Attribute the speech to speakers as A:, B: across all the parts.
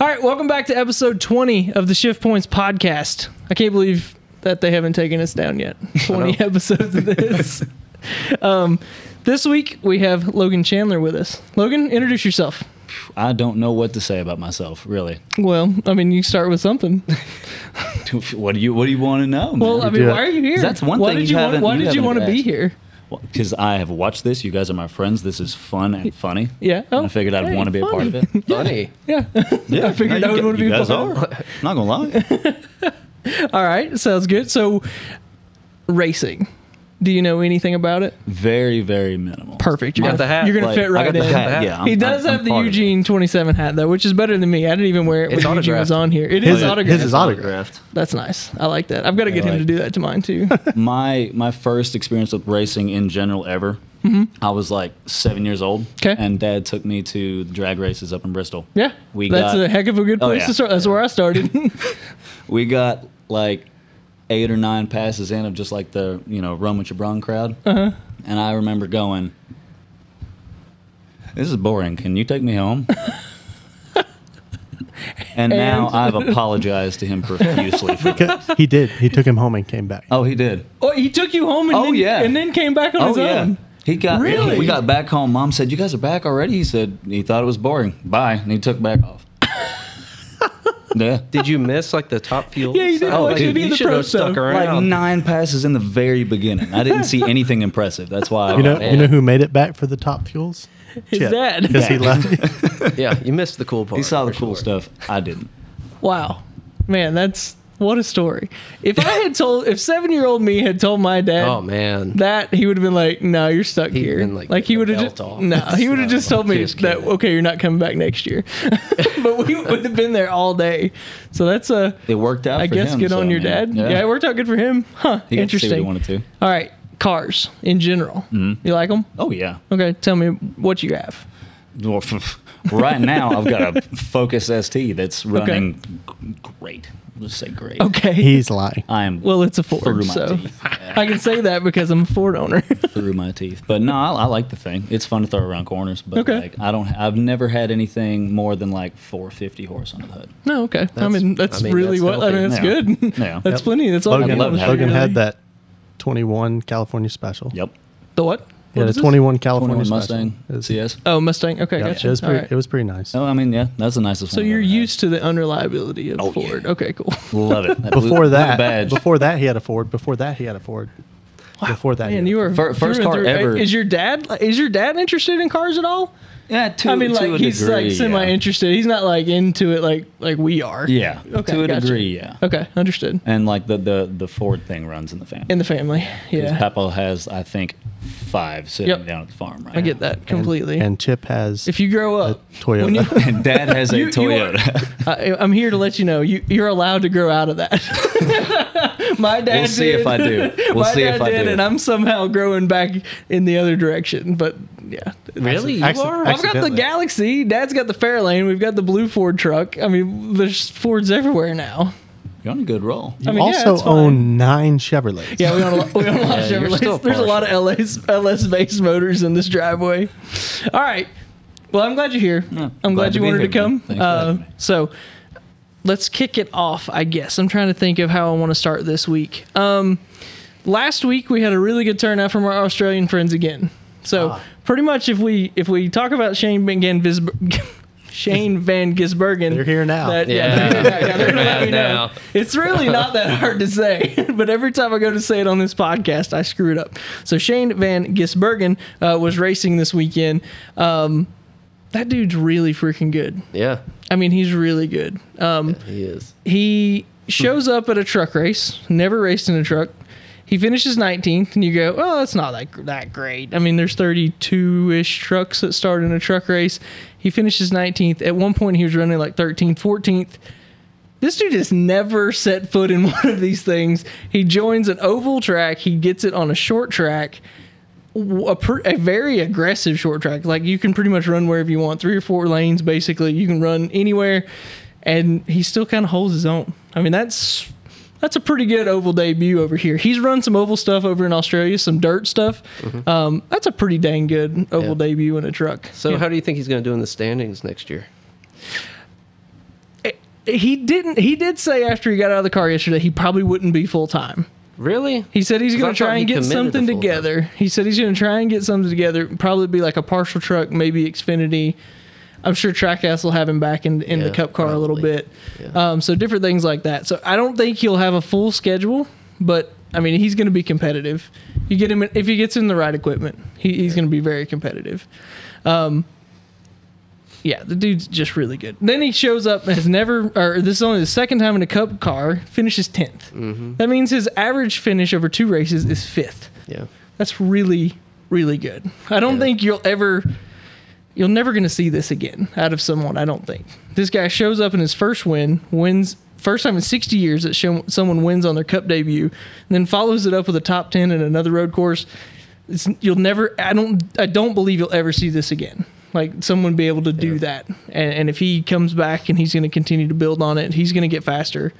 A: All right, welcome back to episode 20 of the Shift Points podcast. I can't believe that they haven't taken us down yet. 20 episodes of this. um, this week we have Logan Chandler with us. Logan, introduce yourself.
B: I don't know what to say about myself, really.
A: Well, I mean, you start with something.
B: What do you What do you want to know?
A: Well, I mean,
C: Yeah.
A: why are you here?
B: That's one
A: why
B: thing
A: Did
B: you
A: you want,
B: haven't-
A: why
B: you
A: did you
B: haven't
A: want to be
B: asked.
A: here?
B: Because I have watched this. You guys are my friends. This is fun and funny.
A: Yeah. oh,
B: And I figured I'd
A: hey,
B: want to be a part of it.
D: Funny.
A: Yeah.
B: Yeah, I
A: figured I would wanna be a
B: guys
A: part of
B: are. I'm not gonna lie.
A: All right, sounds good. So, racing. Do you know anything about it?
B: Very, very minimal.
A: Perfect. You're gonna,
D: Got the hat.
A: You're gonna
B: Like,
A: fit
B: I
A: right
B: got
A: in.
B: the hat. Yeah,
A: he
B: I'm-
A: does
B: I'm-
A: have
B: I'm
A: the
B: part of it.
A: Eugene 27 hat though, which is better than me. I didn't even wear it when
D: It's
A: Eugene was
D: autographed.
A: on here. It
C: His
A: is
C: is-
A: autographed.
C: his is autographed.
A: That's nice. I like that. I've got to get him to
B: like-
A: do that to mine too.
B: my my first experience with racing in general ever.
A: Mm-hmm.
B: I was like seven years old,
A: 'Kay.
B: and Dad took me to the drag races up in Bristol.
A: Yeah,
B: we
A: that's
B: got
A: a heck of a good
B: Oh,
A: place
B: yeah.
A: to start. That's where I started.
B: we got like eight or nine passes in of just like the you know run with your brawn crowd,
A: Uh-huh.
B: and I remember going, "This is boring. Can you take me home?" and, now
A: And-
B: I've apologized to him profusely. For that.
C: he did. He took him home and came back.
B: Oh, he did.
A: oh, he took you home and,
B: Oh,
A: then,
B: yeah.
A: and then came back on his
B: Oh yeah.
A: own.
B: He got
A: Really?
B: we got back home. Mom said, "You guys are back already." He said he thought it was boring. Bye, and he took back off. yeah.
D: Did you miss like the top fuel?
A: Yeah, you didn't
D: Oh,
A: watch
D: dude,
A: any of
D: you
A: the
D: should
A: pro
D: have stuck
A: stuff.
B: Like
D: around.
B: nine passes in the very beginning. I didn't see anything impressive. That's why I
C: You know,
B: was-
C: you know who made it back for the top fuels?
A: His dad.
C: Because he left.
D: yeah, you missed the cool part.
B: he saw the
D: for
B: cool
D: sure.
B: stuff. I didn't.
A: Wow, man, that's what a story. If I had told, if seven year old me had told my dad,
D: Oh man.
A: that he would have been like, "No, you're stuck
D: He'd
A: here."
D: been, like,
A: like he would
D: getting
A: have just
D: the belt off.
A: no, he would have just told me
D: Just
A: that
D: kidding.
A: okay, you're not coming back next year. but we would have been there all day. So that's a
B: It worked out.
A: I
B: for
A: guess
B: him,
A: good
B: so,
A: on
B: I
A: your
B: mean,
A: dad. Yeah. it worked out good for him. Huh?
B: He got to see what
A: Interesting.
B: he wanted to.
A: All right, cars in general. You like them?
B: Oh yeah.
A: Okay, tell me what you have.
B: Well, right now I've got a Focus ST that's running g- great. I'll just say great.
A: Okay.
C: He's lying.
B: I am
A: well, it's a
B: through
A: Ford,
B: my
A: so
B: teeth.
A: I can say that because I'm a Ford owner.
B: through my teeth. But no, I, I like the thing. It's fun to throw around corners. But
A: Okay.
B: like, I don't. I've never had anything more than like 450 horse under the hood.
A: no, okay. I mean, that's
D: I mean,
A: really
D: that's
A: what I
D: healthy.
A: mean. That's
B: Yeah.
A: good.
B: Yeah.
A: That's
B: Yep.
A: plenty. That's all. I
C: Logan,
A: need on the
B: having
C: Logan
A: show,
C: had
A: really.
C: that 21 California special.
B: Yep.
A: The what?
C: Yeah,
A: What
C: the
A: is this?
C: 21 California
B: 21
C: special.
B: Mustang
C: It was-
B: CS.
A: Oh, Mustang. Okay,
C: yeah,
A: gotcha.
C: it, was
A: All
C: pretty,
A: right.
C: it was pretty nice.
B: Oh, I mean, yeah, that's the nicest
A: So
B: one. I've
A: you're
B: ever had.
A: used to the unreliability of
B: Oh, yeah.
A: Ford. Okay, cool.
B: Love it. That blue-
C: Before
B: blue
C: that,
B: badge.
C: before that, he had a Ford. Before that, he had a Ford. Before that, he
A: Man,
C: had a
A: you
C: Ford.
A: are
B: Fir- first
A: through and
B: car
A: through.
B: ever.
A: Is your dad? Is your dad interested in cars at all?
B: yeah, to,
A: I mean,
B: to
A: like
B: a
A: he's
B: degree,
A: like semi-interested. He's not like into it like like we are.
B: Yeah, yeah
A: Okay,
B: to a
A: gotcha.
B: degree, yeah.
A: Okay, understood.
B: And like the the the Ford thing runs in the family.
A: In the family,
B: His
A: yeah,
B: Papa has, I think, five sitting
A: Yep.
B: down at the farm right
A: I get that completely.
C: And Chip has
A: if you grow up,
C: Toyota.
A: when you-
B: And Dad has a
A: You- you are-
B: Toyota.
A: I, I'm here to let you know you you're allowed to grow out of that. My dad.
B: we'll see
A: did.
B: if I do. We'll
A: My
B: see
A: dad
B: if I
A: did,
B: do.
A: and I'm somehow growing back in the other direction. But yeah,
D: Really? You
C: Acci-
D: are?
A: I've got the
C: Accidentally.
A: Galaxy. Dad's got the Fairlane. We've got the blue Ford truck. I mean, there's Fords everywhere now.
B: You're on a good roll.
C: you
A: I mean, yeah,
C: also
A: it's fine.
C: own nine Chevrolets.
A: Yeah, we own a lot, we own a lot
D: Yeah,
A: of
D: you're still
A: Chevrolets. There's a lot of
D: partial.
A: LS LS based motors in this driveway. All right. Well, I'm glad you're here. I'm glad,
B: glad
A: you
B: to be
A: wanted
B: here,
A: to come.
B: man. Thanks for
A: Uh,
B: having me.
A: so let's kick it off. I guess I'm trying to think of how I want to start this week. Um, last week we had a really good turnout from our Australian friends again. So pretty much if we if we talk about Shane Van Gisbergen, Shane Van Gisbergen,
C: They're here now.
A: that- yeah, they're
D: Yeah.
A: here now. They're gonna let me
D: Now.
A: know. It's really not that hard to say, but every time I go to say it on this podcast, I screw it up. So Shane Van Gisbergen uh, was racing this weekend. Um, that dude's really freaking good.
D: Yeah,
A: I mean, he's really good. Um,
D: he is.
A: he shows up at a truck race, never raced in a truck. He finishes 19th, and you go, "Oh, that's not that that great." I mean, there's 32-ish trucks that start in a truck race. He finishes 19th. At one point, he was running like 13th, 14th. This dude has never set foot in one of these things. He joins an oval track. He gets it on a short track, w- a, pr- a very aggressive short track. Like you can pretty much run wherever you want, three or four lanes basically. You can run anywhere, and he still kind of holds his own. I mean, that's that's a pretty good oval debut over here. He's run some oval stuff over in Australia, some dirt stuff. Um, that's a pretty dang good oval
D: Yeah.
A: debut in a truck.
D: So, how do you think he's going to do in the standings next year?
A: He didn't. He did say after he got out of the car yesterday, he probably wouldn't be full time.
D: Really?
A: He said he's
D: 'Cause I
A: going to
D: thought
A: try
D: he
A: and get
D: committed to
A: something
D: full-time.
A: together. He said he's going to try and get something together. Probably be like a partial truck, maybe Xfinity. I'm sure Trackhouse will have him back in, in the
D: Yeah,
A: Cup car a little
D: probably.
A: bit.
D: Yeah.
A: Um, so different things like that. So I don't think he'll have a full schedule, but I mean he's going to be competitive. You get him in, if he gets in the right equipment, he, he's going to be very competitive. Um, Yeah, the dude's just really good. Then he shows up and has never, or this is only the second time in a cup car, finishes 10th.
D: Mm-hmm.
A: That means his average finish over two races is fifth.
D: Yeah.
A: That's really, really good. I don't
D: Yeah.
A: think you'll ever, you're never going to see this again out of someone, I don't think. This guy shows up in his first win, wins, first time in 60 years that show, someone wins on their cup debut, and then follows it up with a top 10 in another road course. It's, you'll never, I don't, I don't believe you'll ever see this again. Like someone be able to do that. And, and if he comes back and he's going to continue to build on it, he's going to get faster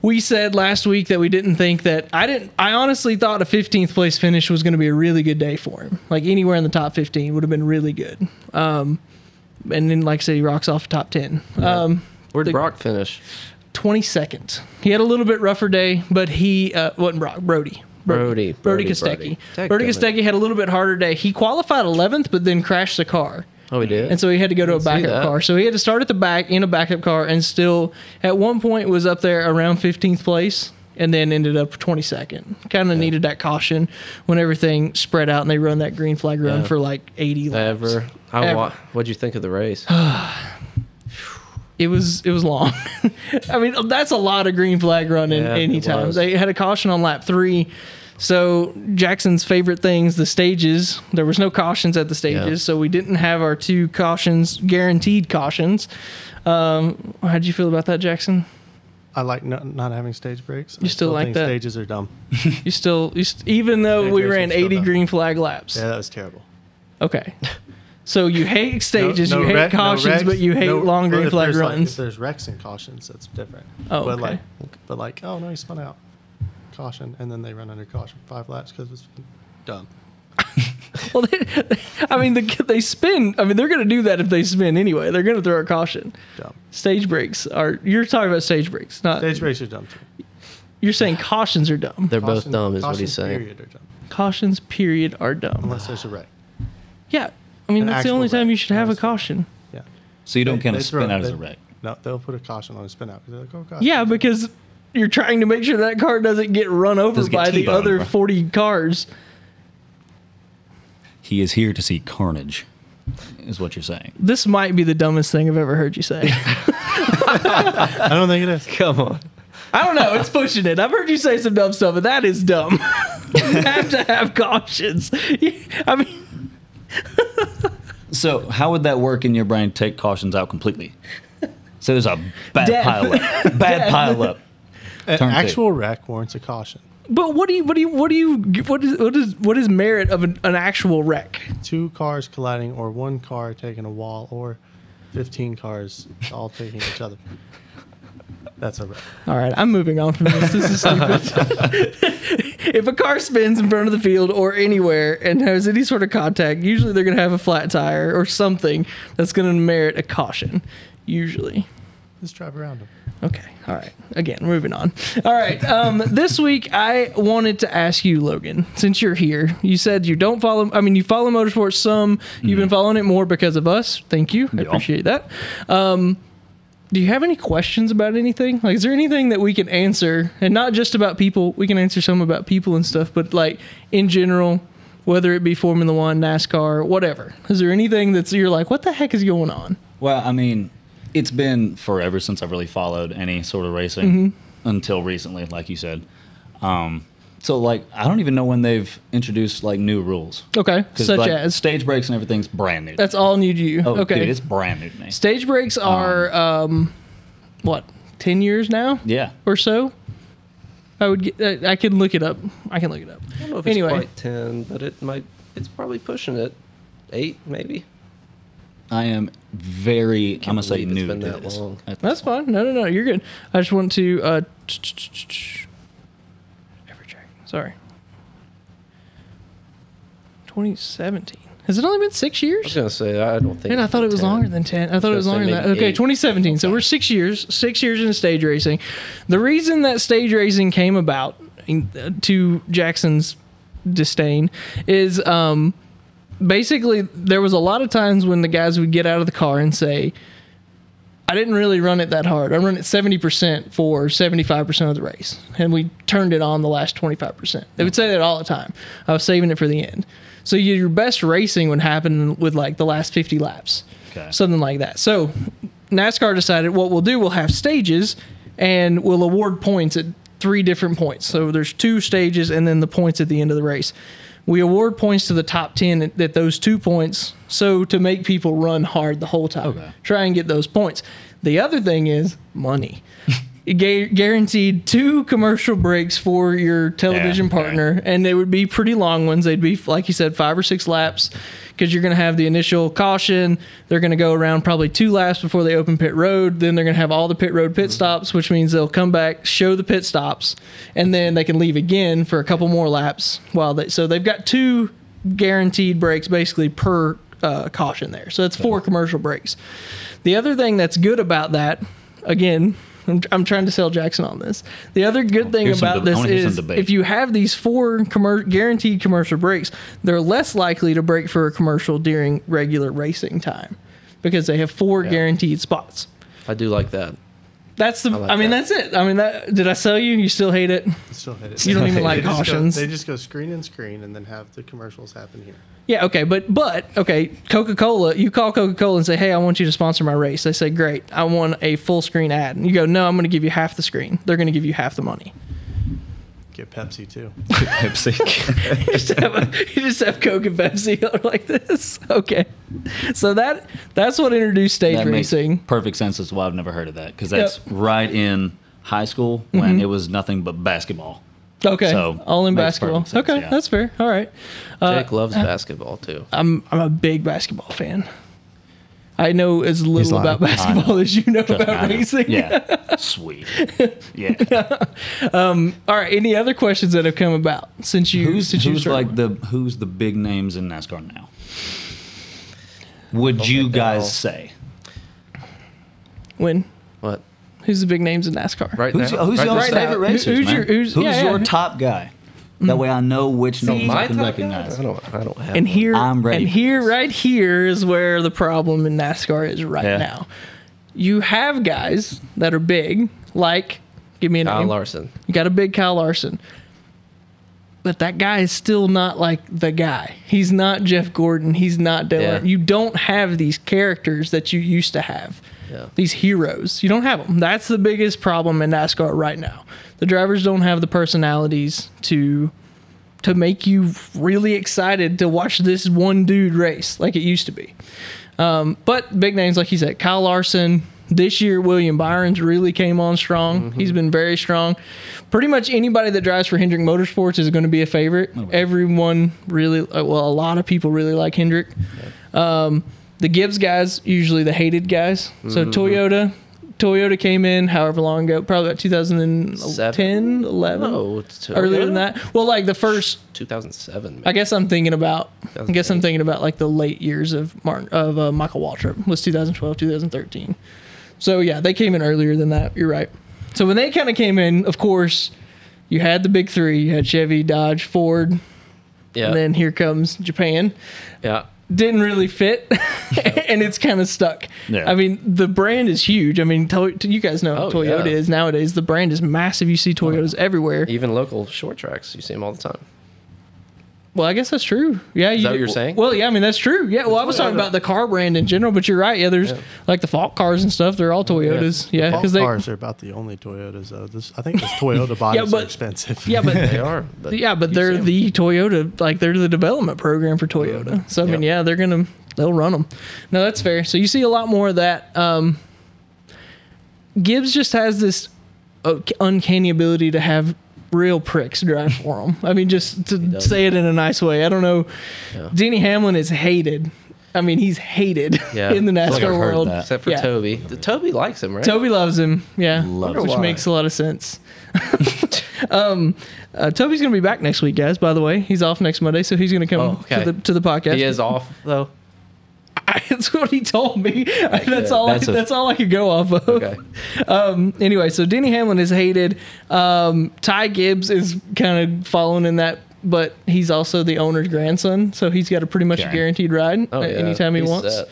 A: we said last week that we didn't think that I didn't I honestly thought a 15th place finish was going to be a really good day for him. Like anywhere in the top 15 would have been really good. Um and then like I said he rocks off top 10. Um
D: Where'd Brock finish?
A: 22nd. He had a little bit rougher day, but he uh wasn't Brock, Brody. Brody,
D: Brody. Brody,
A: Kostecki.
D: Brody.
A: Brody
D: Daggummit.
A: Kostecki had a little bit harder day. He qualified 11th but then crashed the car.
D: Oh, he did.
A: And so he had to go to a
D: see
A: backup
D: that.
A: car. So he had to start at the back in a backup car and still at one point was up there around 15th place and then ended up 22nd. Kind of needed that caution when everything spread out and they run that green flag run
D: Yeah.
A: for like 80 laps.
D: ever. I
A: Ever.
D: wa- what'd you think of the race?
A: It was it was long. I mean, that's a lot of green flag running
D: Yeah, it
A: anytime.
D: was.
A: They had a caution on lap 3. So Jackson's favorite things, the stages. There was no cautions at the stages,
D: Yeah.
A: so we didn't have our two cautions, guaranteed cautions. Um, how'd you feel about that, Jackson?
C: I like not, not having stage breaks.
A: You
C: I
A: still like
C: think
A: that?
C: Stages are dumb.
A: You still, you st- even though
C: Stage
A: we
C: racing
A: ran
C: still
A: 80
C: done.
A: green flag laps.
C: Yeah, that was terrible.
A: Okay. So you hate stages,
C: No-
A: you
C: no
A: hate
C: wreck- no
A: cautions,
C: wrecks,
A: but you hate
C: no-
A: long
C: well,
A: green
C: if
A: flag
C: there's, like,
A: runs.
C: if there's wrecks and cautions, that's different.
A: Oh,
C: but
A: okay.
C: like, but like, oh no, he spun out. Caution, and then they run under caution for five laps because it's dumb.
A: well, they, I mean, the, they spin. I mean, they're going to do that if they spin anyway. They're going to throw a caution.
C: Dumb.
A: Stage breaks are. You're talking about stage breaks, not.
C: Stage breaks are dumb too.
A: You're saying cautions are dumb.
D: They're both
C: Caution-
D: dumb, is what he's
C: cautions,
D: saying.
C: Period, are dumb,
A: Cautions, period, are dumb.
C: unless there's a wreck.
A: Yeah. I mean,
C: An
A: that's the
C: actual
A: only time
C: wreck.
A: you should have a
C: Yes.
A: caution.
C: Yeah.
B: So you don't kind
C: They
B: of spin
C: throw-
B: out as
C: they-
B: a wreck.
C: No, they'll put a caution on a spin out. 'cause They're like, oh god.
A: Yeah, because you're trying to make sure that car doesn't get run over
B: Doesn't get
A: by the
B: T-boned,
A: other
B: bro.
A: 40 cars.
B: He is here to see carnage, is what you're saying.
A: This might be the dumbest thing I've ever heard you say.
C: I don't think it is.
D: Come on.
A: I don't know. It's pushing it. I've heard you say some dumb stuff, but that is dumb. you have to have cautions. I mean,
B: So how would that work in your brain? Take cautions out completely. So there's a bad
A: Death.
B: pile up. Bad pile up.
C: An
B: Turn two.
C: actual wreck warrants a caution.
A: but what do you, what do you, what do you, what is, what is, what is merit of an, an actual wreck?
C: Two cars colliding, or one car taking a wall, or fifteen cars all taking each other. That's a wreck.
A: All right, I'm moving on from this. This is stupid. if a car spins in front of the field or anywhere and has any sort of contact, usually they're going to have a flat tire or something that's going to merit a caution. Usually.
C: Just drive around them.
A: Okay. All right. Again, moving on. All right. Um, this week, I wanted to ask you, Logan, since you're here, you said you don't follow, I mean, you follow motorsports some. You've been following it more because of us. Thank you. I
B: Mm-hmm. Yeah.
A: appreciate that. Um, do you have any questions about anything? Like, is there anything that we can answer? And not just about people. We can answer some about people and stuff, but like in general, whether it be Formula One, NASCAR, whatever. Is there anything that's you're like, what the heck is going on?
B: Well, I mean, it's been forever since I've really followed any sort of racing
A: Mm-hmm.
B: until recently, like you said. Um, so like I don't even know when they've introduced like new rules.
A: Okay.
B: 'Cause,
A: Such
B: like,
A: as.
B: stage breaks and everything's brand new.
A: That's all new to you.
B: oh,
A: okay.
B: dude, it's brand new to me.
A: Stage breaks are um, what ten years now
B: yeah,
A: or so. I would get. I I can look it up. I can look it up.
D: I don't know if
A: Anyway.
D: it's quite 10, but it might, it's probably pushing it. Eight, maybe?
B: I am very. I'm gonna say
D: believe it's
B: new
D: been
B: to
D: that
B: this.
D: long.
B: That's-
A: That's fine. No, no, no. You're good. I just want to. Uh, every track. Sorry. 2017. Has it only been six years?
D: was gonna say I don't think.
A: And I thought it was
D: 10.
A: longer than 10. I thought it was
D: gonna
A: longer
D: say
A: than that.
D: maybe
A: Okay,
D: eight.
A: 2017. So we're six years, six years into stage racing. The reason that stage racing came about, in- uh, to Jackson's disdain, is um, basically there was a lot of times when the guys would get out of the car and say, I didn't really run it that hard. I run it 70% for 75% of the race. And we turned it on the last 25%. They would say that all the time. I was saving it for the end. So your best racing would happen with like the last 50 laps,
B: Okay.
A: something like that. So NASCAR decided what we'll do, we'll have stages and we'll award points at three different points. So there's two stages and then the points at the end of the race. We award points to the top 10 at, at those two points. So to make people run hard the whole time
B: Okay.
A: try and get those points. The other thing is money. It gu- guaranteed two commercial breaks for your television
B: okay.
A: partner, and they would be pretty long ones. They'd be, like you said, five or six laps because you're going to have the initial caution. They're going to go around probably two laps before they open pit road. Then they're going to have all the pit road
B: Mm-hmm.
A: pit stops, which means they'll come back, show the pit stops, and then they can leave again for a couple more laps. While they, so they've got two guaranteed breaks basically per uh, caution there. So that's four commercial breaks. The other thing that's good about that, again, I'm, I'm trying to sell Jackson on this. The other good thing
B: Oh, here's some
A: about
B: deb- I
A: this
B: wanna hear some
A: is
B: debate.
A: if you have these four commer- guaranteed commercial breaks, they're less likely to break for a commercial during regular racing time because they have four guaranteed spots.
D: I do like that.
A: That's the. I,
D: like
A: mean,
D: that.
A: that's it. I mean, that did I sell you? You still hate it?
C: Still hit it.
A: You don't even
C: They
A: like
C: just go-
A: cautions.
C: they just go screen and screen and then have the commercials happen here.
A: Yeah, okay, but but okay, Coca Cola. You call Coca Cola and say, "Hey, I want you to sponsor my race." They say, "Great, I want a full screen ad." And you go, "No, I'm going to give you half the screen. They're going to give you half the money."
C: Get Pepsi too.
B: Pepsi.
A: you, just have you just have Coke and Pepsi like this. Okay, so that that's what introduced stage
B: that makes
A: racing.
B: perfect sense. That's why I've never heard of that because
A: Yep. Mm-hmm.
B: that's right in high school when it was nothing but basketball.
A: okay,
B: so,
A: all in
B: makes
A: basketball.
B: perfect sense,
A: okay,
B: yeah.
A: that's fair. All right, uh,
D: Jake loves basketball too.
A: I'm I'm a big basketball fan. I know as little
C: lying.
A: about basketball as you know
B: Just
A: about
B: kinda-
A: racing.
B: Yeah. Sweet. Yeah.
A: All right. Any other questions that have come about since you
B: who's
A: since you
B: who's
A: started
B: like the who's the big names in NASCAR now? Would you
D: think
B: guys
D: they'll-
B: say?
A: When?
D: What?
A: Who's the big names in NASCAR?
D: Right
B: Who's,
D: now?
B: who's
D: right
B: y'all's
D: now?
A: now.
B: favorite
A: Who-
B: racers,
A: who's
B: man?
A: your- who's-
B: Who's
A: yeah, Mm.
B: your
A: yeah.
B: top guy? That way I know which names
D: My
B: I can
D: top guy?
B: recognize.
D: I don't. I don't have.
A: And here
B: I'm ready
A: and
B: for
A: here
B: this.
A: right here is where the problem in NASCAR is right
B: Yeah.
A: now. You have guys that are big, like give me a
D: Kyle
A: name.
D: Larson.
A: You got a big Kyle Larson. But that guy is still not like the guy. He's not Jeff Gordon. He's not Dale.
D: Yeah.
A: Earnhardt. You don't have these characters that you used to have.
D: Yeah.
A: These heroes. You don't have them. That's the biggest problem in NASCAR right now. The drivers don't have the personalities to to make you really excited to watch this one dude race like it used to be. Um, but big names like you said, Kyle Larson. This year, William Byron's really came on strong.
D: Mm-hmm.
A: He's been very strong. Pretty much anybody that drives for Hendrick Motorsports is going to be a favorite. Everyone really, uh, well, a lot of people really like Hendrick. Um, the Gibbs guys, usually the hated guys. So
D: Mm-hmm.
A: Toyota, Toyota came in however long ago, probably about 2010, 11
D: No, it's
A: earlier than
D: Toyota?
A: that. Well, like the first.
D: 2007.
A: I guess I'm thinking about. I guess I'm
D: 2008.
A: thinking about like the late years of Martin of uh, Michael Waltrip was 2012, 2013. So yeah, they came in earlier than that. You're right. So when they kind of came in, of course, you had the big three. You had Chevy, Dodge, Ford,
D: yeah.
A: and then here comes Japan
D: yeah.
A: didn't really fit and it's kind of stuck.
B: Yeah.
A: I mean, the brand is huge. I mean, to- to- you guys know what
D: Oh,
A: Toyota
D: yeah. Oh,
A: is nowadays. The brand is massive. You see Toyotas everywhere.
D: Even local short tracks, you see them all the time.
A: Well, I guess that's true. Yeah, is
D: that what you're saying?
A: Well, yeah, I mean that's true. Yeah, well, I was talking about the car brand in general, but you're right. Yeah, there's like the Falk cars and stuff. They're all Toyotas. Yeah,
C: All
A: because they.
C: cars are about the only Toyotas though. This I think this Toyota bodies
A: but-
C: are expensive.
A: Yeah, but
D: They are. But
A: yeah, but
D: you see
A: they're
D: 'em.
A: the Toyota. Like they're the development program for
D: Mm-hmm.
A: Toyota. So I mean, yeah, they're gonna they'll run them. No, that's fair. So you see a lot more of that. Um, Gibbs just has this uh, uncanny ability to have real pricks drive for him. I mean, just to
D: does.
A: say it in a nice way. I don't know.
D: Yeah.
A: Denny Hamlin is hated. I mean, he's hated
D: Yeah.
A: in the
D: I
A: NASCAR
B: feel like I've heard
A: world.
B: that.
D: Except for
A: Yeah.
D: Toby. The Toby likes him, right?
A: Toby loves him. Yeah.
B: Loves
A: which
D: him.
A: makes a lot of sense. Um, uh, Toby's gonna be back next week, guys. By the way, he's off next Monday, so he's gonna come
D: Oh, okay.
A: to the to the podcast.
D: He is off though.
A: that's what he told me. that's all.
B: That's
A: I,
B: a-
A: that's all I could go off of.
D: Okay.
A: Um, anyway, so Denny Hamlin is hated. Um, Ty Gibbs is kind of following in that, but he's also the owner's grandson, so he's got a pretty much
B: Okay.
A: guaranteed ride
D: Oh,
A: uh,
D: yeah.
A: anytime he
D: He's
A: wants.
D: set.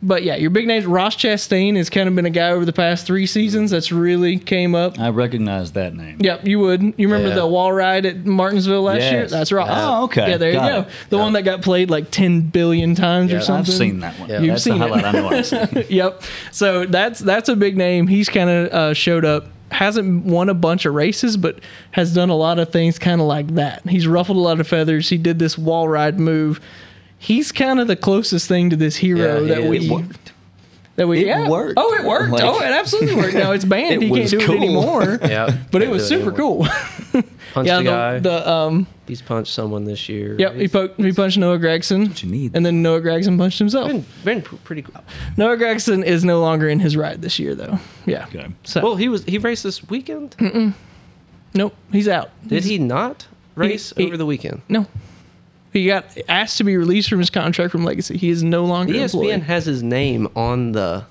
A: But yeah, your big names. Ross Chastain has kind of been a guy over the past three seasons that's really came up.
B: I recognize that name.
A: Yep, you would. You remember
D: Yeah.
A: the wall ride at Martinsville last
B: Yes.
A: year? That's Ross.
B: Oh, okay.
A: Yeah, there
B: Got
A: you
B: it.
A: go. The one that got played like 10 billion times or
D: Yeah, I've
A: something.
B: I've seen that one.
D: Yeah.
A: You've
B: That's
A: seen it.
B: the highlight I know I've seen.
A: yep. So that's that's a big name. He's kind of uh, showed up. Hasn't won a bunch of races, but has done a lot of things kind of like that. He's ruffled a lot of feathers. He did this wall ride move. He's kind of the closest thing to this hero
D: Yeah,
A: that
D: he is.
A: we
D: It
B: worked.
A: that we
B: It
A: yeah.
B: worked.
A: Oh, it worked.
B: Like-
A: oh, it absolutely worked. Now it's banned.
B: It
A: he can't
B: was
A: do
B: cool.
A: it anymore.
D: Yeah.
A: But it
D: Can't
A: was
D: do
A: super
D: anymore.
A: cool.
D: Punched
A: yeah,
D: the guy.
A: the, the um
D: He's punched someone this year.
A: yep, he
D: He's
A: poked he punched Noah Gregson.
B: you need.
A: And then Noah Gregson punched himself.
D: been, been pr- pretty cool.
A: Noah Gregson is no longer in his ride this year though. Yeah.
B: Okay.
A: So
D: Well, he was he raced this weekend.
A: Nope, he's out.
D: Did he not race
A: he-
D: over the weekend?
A: No, he got asked to be released from his contract from Legacy. He is no longer
D: ESPN
A: employed.
D: has his name on the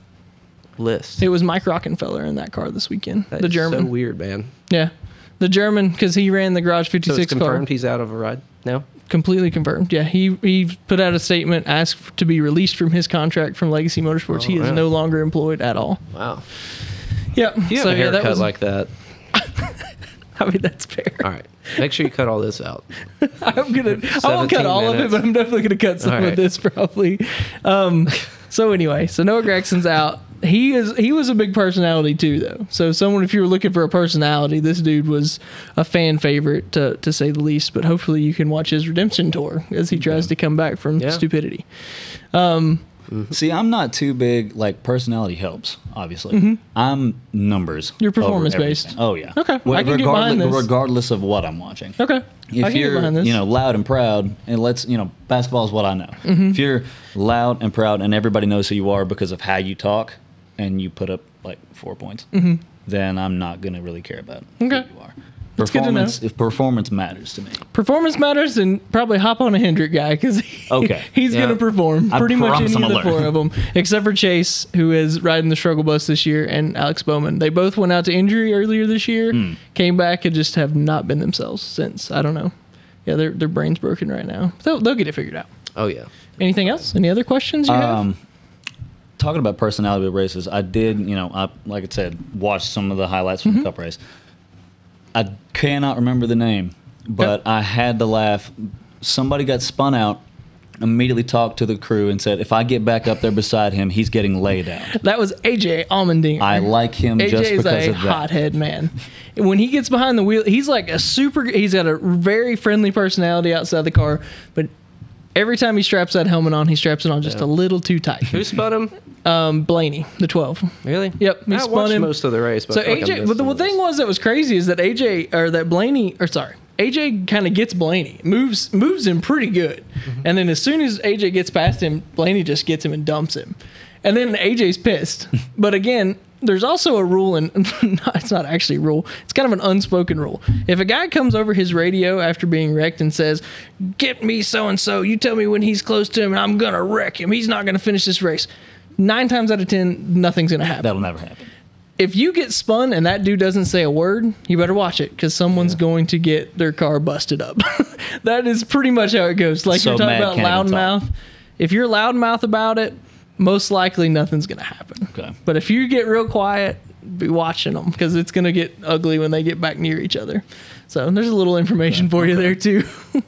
D: list.
A: It was Mike Rockefeller in that car this weekend.
D: That
A: the
D: is
A: German,
D: So weird, man.
A: yeah, the German because he ran the Garage
D: So
A: 56
D: it's
A: car.
D: confirmed he's out of a ride now.
A: completely confirmed. Yeah, he he put out a statement, asked to be released from his contract from Legacy Motorsports. he
D: Oh,
A: is
D: yeah.
A: no longer employed at all.
D: Wow.
A: Yep.
D: If you have
A: so
D: a
A: yeah,
D: haircut
A: that was.
D: like that,
A: I mean, that's fair.
D: all right. Make sure you cut all this out.
A: I'm gonna. I won't cut
D: 17
A: all of it,
D: minutes.
A: but I'm definitely gonna cut some
D: All
A: of
D: right.
A: this probably. Um, so anyway, so Noah Gregson's out. He is. He was a big personality too, though. So someone, if you were looking for a personality, this dude was a fan favorite to to say the least. But hopefully, you can watch his redemption tour as he tries to come back from
D: Yeah.
A: stupidity.
B: See, I'm not too big. Like personality helps, obviously. I'm numbers.
A: Mm-hmm. You're
B: over
A: performance-based.
B: everything. Oh yeah.
A: Okay,
B: Well,
A: I can get
B: regardless,
A: behind this.
B: regardless of what I'm watching.
A: Okay,
B: If
A: I can get
B: you're,
A: behind this.
B: you know, loud and proud, and let's, you know, basketball is what I know.
A: Mm-hmm.
B: If you're loud and proud, and everybody knows who you are because of how you talk, and you put up like four points, then I'm not gonna really care about
A: Mm-hmm. Okay.
B: who you are.
A: good to know.
B: Performance, if performance matters to me,
A: performance matters, and probably hop on a Hendrick guy because he,
B: Okay.
A: he's
D: Yeah.
A: gonna perform
B: I
A: pretty much
B: promise
A: any of
B: I'm
A: the
B: gonna
A: four
B: learn.
A: of them, except for Chase, who is riding the struggle bus this year, and Alex Bowman. They both went out to injury earlier this year,
B: Hmm.
A: came back, and just have not been themselves since. I don't know. Yeah, their their brain's broken right now. They'll they'll get it figured out.
D: Oh yeah.
A: Anything else? Any other questions you have?
B: Um, talking about personality of races, I did, you know, I like I said, watched some of the highlights
A: Mm-hmm.
B: from the Cup race. I cannot remember the name, but I had to laugh. Somebody got spun out. Immediately talked to the crew and said, "If I get back up there beside him, he's getting laid out.
A: That was AJ Allmendinger.
B: I like him
A: AJ
B: just
A: is
B: because
A: a
B: of that."
A: hothead man. When he gets behind the wheel, he's like a super. He's got a very friendly personality outside the car, but every time he straps that helmet on, he straps it on just a little too tight.
D: Who spun him?
A: Um, Blaney, the twelve.
D: Really?
A: Yep, he
D: I
A: spun
D: watched
A: him.
D: most of the race. But
A: So
D: I feel like I
A: AJ,
D: missed
A: but the
D: some
A: well,
D: of this.
A: thing was that was crazy is that AJ or that Blaney or sorry AJ kind of gets Blaney moves moves him pretty good, and then as soon as AJ gets past him, Blaney just gets him and dumps him, and then AJ's pissed. but again, there's also a rule, and it's not actually a rule. It's kind of an unspoken rule. If a guy comes over his radio after being wrecked and says, "Get me so and so," you tell me when he's close to him, and I'm gonna wreck him. He's not gonna finish this race. Nine times out of ten, nothing's gonna happen
B: That'll never happen.
A: if you get spun and that dude doesn't say a word, you better watch it because someone's going to get their car busted up. that is pretty much how it goes. Like
B: So
A: you're talking
B: mad
A: about
B: can't even talk.
A: loudmouth. If you're loudmouth about it, most likely nothing's going to happen.
B: Okay.
A: But if you get real quiet, be watching them because it's going to get ugly when they get back near each other. So there's a little information for you there too.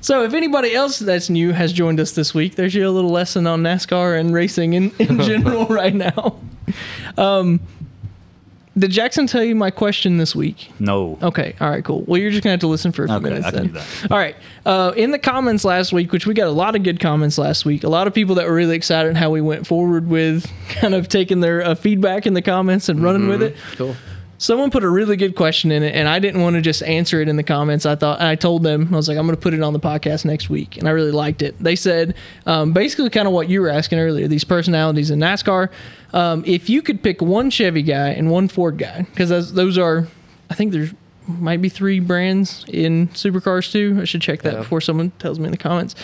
A: so if anybody else that's new has joined us this week, there's your little lesson on NASCAR and racing in, in general right now. Um, Did Jackson tell you my question this week?
B: No.
A: Okay. All right. Cool. Well, you're just gonna have to listen for a few
B: Okay,
A: minutes.
B: I can
A: then.
B: do
A: All right. Uh, in the comments last week, which we got a lot of good comments last week, a lot of people that were really excited how we went forward with kind of taking their uh, feedback in the comments and
B: Mm-hmm.
A: running with it.
D: Cool.
A: Someone put a really good question in it, and I didn't want to just answer it in the comments. I thought I told them I was like, I'm going to put it on the podcast next week, and I really liked it. They said um, basically kind of what you were asking earlier. These personalities in NASCAR. Um, if you could pick one Chevy guy and one Ford guy, because those are, I I think there's might be three brands in supercars too. I should check that
D: Yeah.
A: before someone tells me in the comments.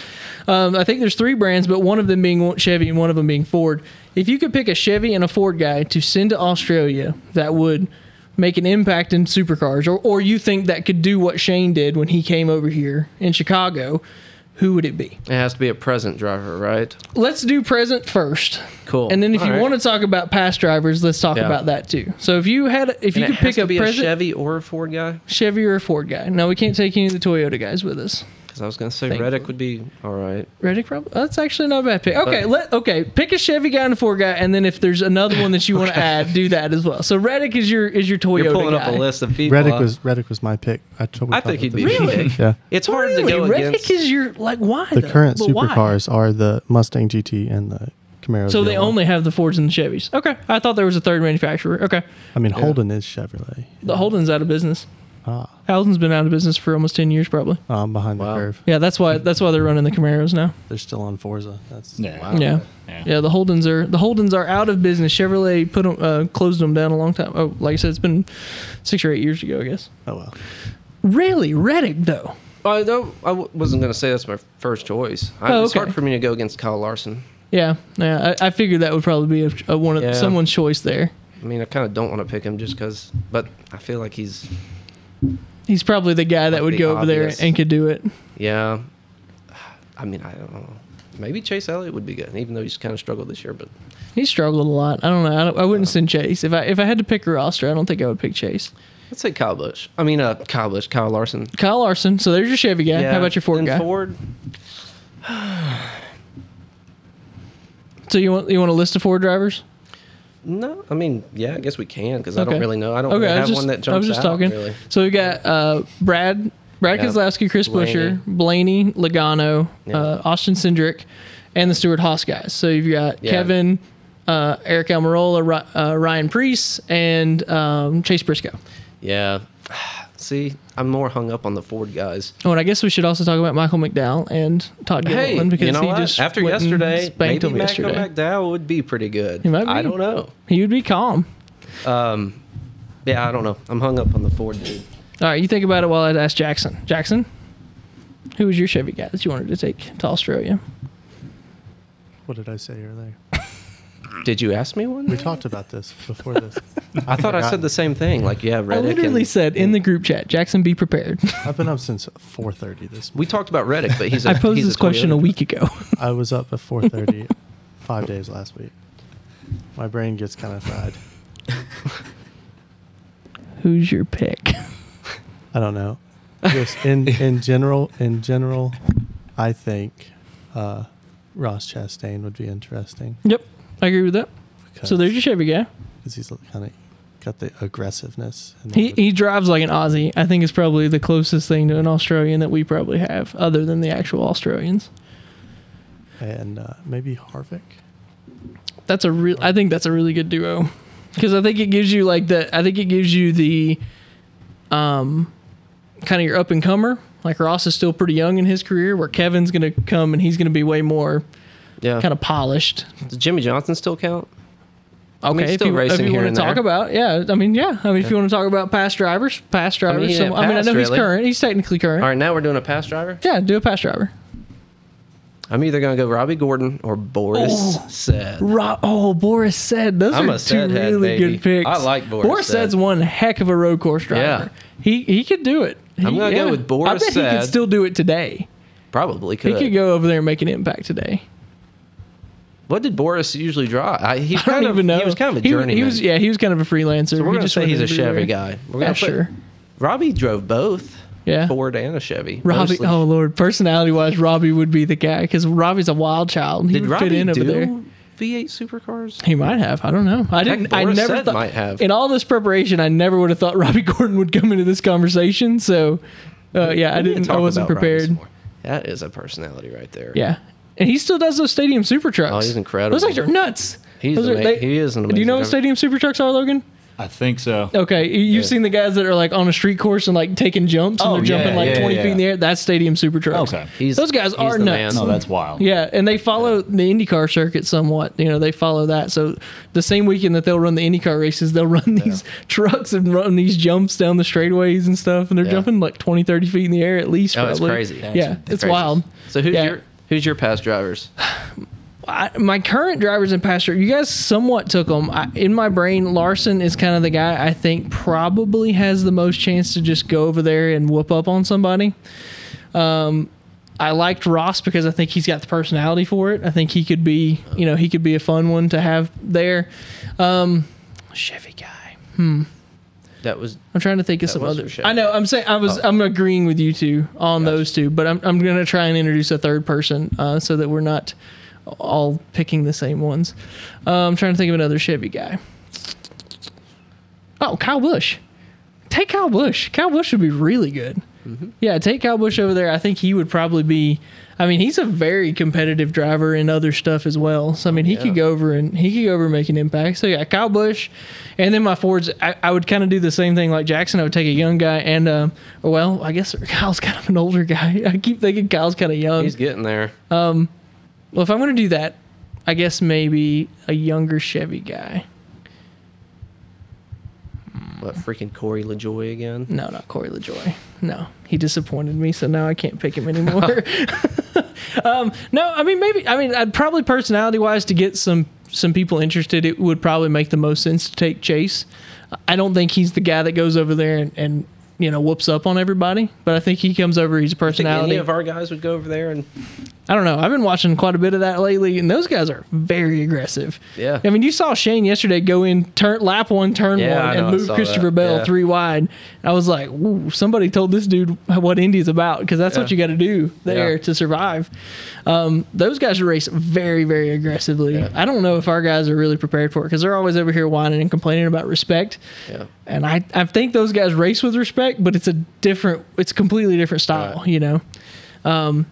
A: Um, I think there's three brands, but one of them being Chevy and one of them being Ford. If you could pick a Chevy and a Ford guy to send to Australia, that would make an impact in supercars, or or you think that could do what Shane did when he came over here in Chicago, who would it be?
D: It has to be a present driver, right?
A: Let's do present first.
D: Cool.
A: And then if you
D: Alright.
A: want to talk about past drivers, let's talk
D: Yeah.
A: about that too. So if you had, if you
D: And
A: could
D: it has
A: pick
D: to
A: a
D: be a
A: present
D: Chevy or a Ford guy,
A: Chevy or a Ford guy. No, we can't take any of the Toyota guys with us.
D: because I was gonna say
A: Thankfully.
D: Reddick would be all right.
A: Reddick, probably. That's actually not a bad pick. Okay, let okay pick a Chevy guy and a Ford guy, and then if there's another one that you want to add, do that as well. So Reddick is your is your Toyota
D: You're pulling
A: guy.
D: up a list of people.
A: uh,
C: Reddick
D: I-
C: was Reddick was my pick. I, told- we
D: I
C: talked
D: think he'd
C: about
D: be
C: this.
D: a good pick.
C: Yeah.
D: It's hard
A: Really?
D: to go
A: Reddick
D: against.
A: is your like why
C: The
A: though?
C: current
A: But why?
C: supercars are the Mustang GT and the Camaro.
A: So they
C: Z01.
A: only have the Fords and the Chevys. Okay, I thought there was a third manufacturer. Okay,
C: I mean, Holden is Chevrolet.
A: the Holden's out of business.
C: Ah,
A: Holden's been out of business for almost ten years, probably.
C: um, behind
D: Wow.
C: the curve.
A: Yeah, that's why that's why they're running the Camaros now.
C: They're still on Forza. That's
B: Yeah.
C: wow.
A: Yeah.
B: Yeah.
A: yeah, The Holdens are the Holdens are out of business. Chevrolet put 'em- uh, closed them down a long time. Oh, like I said, it's been six or eight years ago, I guess.
C: Oh well.
A: Really, Reddick though.
D: I don't. I w- wasn't gonna say that's my first choice. I,
A: Oh,
D: It's
A: okay.
D: hard for me to go against Kyle Larson.
A: Yeah, yeah. I, I figured that would probably be a, a one of
D: Yeah.
A: someone's choice there.
D: I mean, I kind of don't want to pick him just because, but I feel like he's
A: He's probably the guy that
D: Like
A: would
D: the
A: go over there
D: obvious.
A: and could do it.
D: yeah. I mean, I don't know. Maybe Chase Elliott would be good, even though he's kind of struggled this year. But
A: He struggled a lot. I don't know. I, don't, I wouldn't send Chase if I if I had to pick a roster. I don't think I would pick Chase.
D: let's say Kyle Busch. I mean, uh, Kyle Busch, Kyle Larson.
A: Kyle Larson. So there's your Chevy guy. How about your Ford
D: and
A: guy?
D: Ford.
A: So you want you want a list of Ford drivers?
D: No, I mean, yeah, I guess we can because I
A: Okay.
D: don't really know. I don't
A: Okay,
D: really
A: I was
D: have
A: just,
D: one that jumps
A: I was just
D: out,
A: talking.
D: Really.
A: So we got uh, Brad, Brad
D: Yeah.
A: Keselowski, Chris Busher, Blaney, Logano, uh,
D: Yeah.
A: Austin Cindric, and the Stuart Haas guys. So you've got
D: Yeah.
A: Kevin, uh, Eric Almirola, Ri- uh, Ryan Priest, and um, Chase Briscoe.
D: Yeah. See, I'm more hung up on the Ford guys.
A: Oh, and I guess we should also talk about Michael McDowell and Todd
D: Hey,
A: Gilliland because
D: you know
A: he
D: what?
A: just
D: After
A: went and
D: yesterday,
A: spanked
D: maybe
A: him
D: Mac
A: yesterday.
D: McDowell would be pretty good.
A: He might
D: I
A: be.
D: don't know.
A: He would be calm.
D: Um, yeah, I don't know. I'm hung up on the Ford dude.
A: All right, you think about it while I ask Jackson. Jackson, who was your Chevy guy that you wanted to take to Australia?
C: What did I say earlier?
D: Did you ask me one?
C: We talked about this before this.
D: I thought I said the same thing. Like, yeah,
A: I
D: Reddick.
A: literally
D: and-
A: said in the group chat, Jackson, be prepared.
C: I've been up since 4:30 this.
D: we talked about Reddick, but he's. a
A: I posed
D: he's
A: this question a
D: Toyota.
A: week ago.
C: I was up at 4:30 five days last week. My brain gets kind of fried.
A: Who's your pick?
C: I don't know. Just in in general, in general, I think uh, Ross Chastain would be interesting
A: Yep, I agree with that. So there's your Chevy guy.
C: because he's kind of got the aggressiveness. And
A: He he drives like an Aussie. I think it's probably the closest thing to an Australian that we probably have, other than the actual Australians.
C: and uh, maybe Harvick.
A: That's a real. I think that's a really good duo, because I think it gives you like the. I think it gives you the, um, kind of your up and comer. Like Ross is still pretty young in his career, where Kevin's gonna come and he's gonna be way more
D: Yeah.
A: kind of polished.
D: Does Jimmy Johnson still count?
A: Okay,
D: mean,
A: if
D: still
A: you, if
D: racing
A: you
D: here
A: want
D: and
A: to talk
D: there.
A: about, yeah, I mean, yeah, I mean, if you want to talk about past drivers, past drivers, I mean,
D: yeah,
A: I, mean, I
D: past,
A: know he's
D: really.
A: current, he's technically current.
D: All right, now we're doing a pass driver.
A: Yeah, do a past driver.
D: I'm either gonna go Robbie Gordon or Boris Said.
A: Ro- oh, Boris said those
D: I'm
A: are
D: a
A: two
D: Said head,
A: really
D: baby.
A: good picks.
D: I like Boris
A: Boris
D: Said.
A: said's one heck of a road course driver. he he could do it.
D: I'm
A: He-
D: gonna go with Boris
A: I bet he
D: Said.
A: could still do it today.
D: Probably could.
A: He could go over there and make an impact today.
D: What did Boris usually draw? I, he
A: I don't
D: kind of,
A: even know.
D: He was kind of a
A: He wa-
D: journeyman.
A: He, was yeah, he was kind of a freelancer.
D: So
A: He
D: we're gonna
A: just
D: say
A: went
D: he's a
A: everywhere.
D: Chevy guy. We're
A: Yeah,
D: gonna put-
A: sure.
D: Robbie drove both
A: Yeah.
D: Ford and a Chevy.
A: Robbie,
D: mostly.
A: oh lord, personality wise, Robbie would be the guy because Robbie's a wild child. He
D: did
A: would
D: Robbie
A: fit in
D: do
A: over there.
D: V8 supercars?
A: He might have. I don't know. I
D: Heck,
A: didn't. I
D: Boris
A: never
D: said
A: thought.
D: might have.
A: In all this preparation, I never would have thought Robbie Gordon would come into this conversation. So, uh, yeah, I
D: We need to
A: didn't. I
D: talk
A: wasn't
D: about Robbie
A: prepared.
D: some more. That is a personality right there.
A: Yeah, and he still does those stadium super trucks.
D: Oh, he's incredible.
A: Those things are nuts.
D: He's
A: Those are-
D: ama- he is an
A: Do you
D: amazing
A: know what
D: driver.
A: stadium super trucks are, Logan?
B: I think so.
A: Okay, y- you've seen the guys that are like on a street course and like taking jumps and
B: Oh,
A: they're
B: yeah,
A: jumping like
B: yeah,
A: 20
B: yeah.
A: feet in the air. That's stadium super trucks.
B: Okay.
D: He's-
A: those guys
D: he's
A: are
D: the
A: nuts.
D: man.
B: No, that's wild.
A: Yeah, and they follow the IndyCar circuit somewhat. You know, they follow that. So the same weekend that they'll run the IndyCar races, they'll run these trucks and run these jumps down the straightaways and stuff, and they're
B: Yeah.
A: jumping like 20, 30 feet in the air at least.
D: Oh, it's
A: probably.
D: crazy. That's
A: yeah, it's
D: Crazy.
A: wild.
D: So who's
A: Yeah.
D: your who's your past drivers?
A: I, my current drivers and pastor, you guys somewhat took them. I, in my brain, Larson is kind of the guy I think probably has the most chance to just go over there and whoop up on somebody. Um, I liked Ross because I think he's got the personality for it. I think he could be, you know, he could be a fun one to have there. Um, Chevy guy.
D: That was
A: I'm trying to think of
D: That
A: some
D: was Oh.
A: other.
D: for Chevy.
A: I know. I'm saying I was. I'm agreeing with you two on those two, but I'm I'm gonna try and introduce a third person uh, so that we're not all picking the same ones. Uh, I'm trying to think of another Chevy guy. Oh, Kyle Bush. Take Kyle Bush. Kyle Bush would be really good.
D: Mm-hmm.
A: Yeah, take Kyle Bush over there. I think he would probably be. I mean, he's a very competitive driver in other stuff as well. So I mean, he could go over and he could go over and make an impact. So yeah, Kyle Bush, and then my Fords. I, I would kind of do the same thing like Jackson. I would take a young guy and um, well, I guess Kyle's kind of an older guy. I keep thinking Kyle's kind of young.
D: he's getting there.
A: um, Well, if I'm gonna do that, I guess maybe a younger Chevy guy.
D: What freaking Corey LaJoy again?
A: No, not Corey LaJoy. No, he disappointed me, so now I can't pick him anymore. um, no, I mean maybe. I mean, I'd probably personality-wise to get some some people interested. It would probably make the most sense to take Chase. I don't think he's the guy that goes over there and, and you know whoops up on everybody, but I think he comes over. He's a
D: Think any
A: personality.
D: of our guys would go over there and
A: I don't know. I've been watching quite a bit of that lately, and those guys are very aggressive.
D: Yeah.
A: I mean, you saw Shane yesterday go in turn lap one, turn
D: Yeah,
A: one,
D: I know, I
A: and move
D: saw
A: Christopher
D: that.
A: Bell
D: Yeah.
A: three wide. I was like, Ooh, somebody told this dude what Indy's about because that's what
D: Yeah.
A: you got to do there
D: Yeah.
A: to survive. Um, those guys race very, very aggressively.
D: Yeah.
A: I don't know if our guys are really prepared for it because they're always over here whining and complaining about respect.
D: yeah.
A: And I, I think those guys race with respect, but it's a different, it's a completely different style,
D: Right.
A: you know? Um,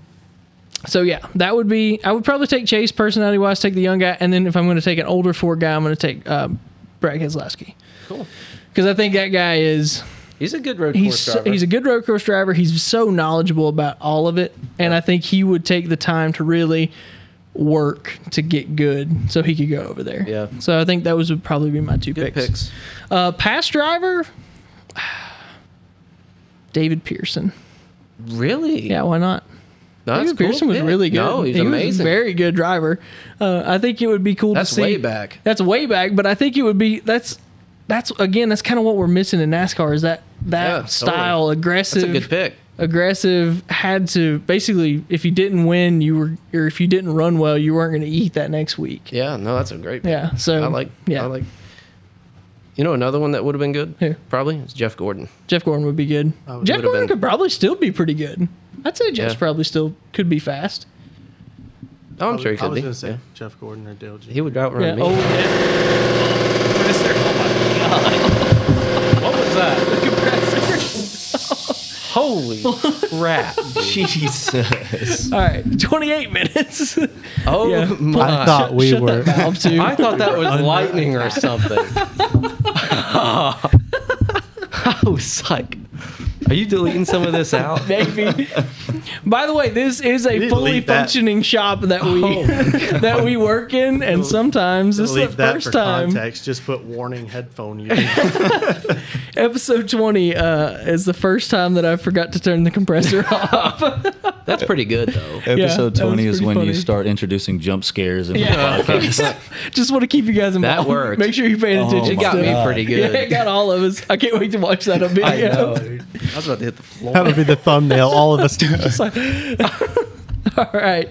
A: so yeah, that would be, I would probably take Chase personality wise, take the young guy. And then if I'm going to take an older Ford guy, I'm going to take, um, Brad Keselowski.
D: Cool.
A: Cause I think that guy is,
D: He's a good road
A: he's
D: course
A: so,
D: driver.
A: he's a good road course driver. He's so knowledgeable about all of it, and I think he would take the time to really work to get good, so he could go over there.
D: Yeah.
A: So I think that was would probably be my two
D: good
A: picks.
D: picks.
A: Uh, pass driver, David Pearson.
D: Really?
A: Yeah, why not?
D: No, that's
A: David
D: cool
A: Pearson was
D: pick.
A: really good.
D: No, he's
A: he
D: amazing.
A: was a very good driver. Uh, I think it would be cool to
D: that's
A: see.
D: way back.
A: That's way back, but I think it would be that's that's again that's kind of what we're missing in NASCAR is that that
D: Yeah, totally.
A: style aggressive
D: That's a good pick.
A: aggressive had to basically if you didn't win you were or if you didn't run well you weren't going to eat that next week
D: Yeah, no, that's a great pick.
A: yeah so
D: I like
A: yeah
D: I like You know another one that would have been good?
A: Who?
D: Probably is Jeff Gordon.
A: jeff gordon would be good
C: Probably
A: jeff
D: would've
A: gordon
D: been-
A: could probably still be pretty good i'd say jeff's
D: Yeah.
A: probably still could be fast
D: Oh, I'm
C: I
D: sure he
C: was- I
D: could
C: was
D: be.
C: gonna say
D: Yeah.
C: Jeff Gordon or Dale Jr.
D: He would outrun
A: yeah
D: me.
A: oh yeah
D: What was that?
A: the compressor
D: Holy crap.
B: Jesus.
A: all right 28 minutes
D: Oh
A: Yeah.
D: my.
C: I thought we
A: Shut
C: were.
A: that valve too.
D: I thought that was lightning or something. I
A: Oh,
D: was like, are you deleting some of this out?
A: maybe. By the way, this is a
C: need to
A: fully
C: leave that- Oh,
A: functioning shop that we that we work in, and sometimes this is
C: Leave
A: the
C: that
A: first
C: for
A: time.
C: context. Just put warning headphone use.
A: Episode twenty uh, is the first time that I forgot to turn the compressor off.
D: That's pretty good though.
B: Episode
A: that was
B: 20 is
A: pretty
B: when
A: funny.
B: you start introducing jump scares. And
A: Yeah. Just want to keep you guys involved.
D: worked. Oh
A: Make sure you're paying attention.
D: It got
A: still.
D: me pretty good.
A: Yeah, it got all of us. I can't wait to watch that on
D: I know.
A: video.
D: I was about to hit the floor.
C: that would be the thumbnail. All of us.
A: All right,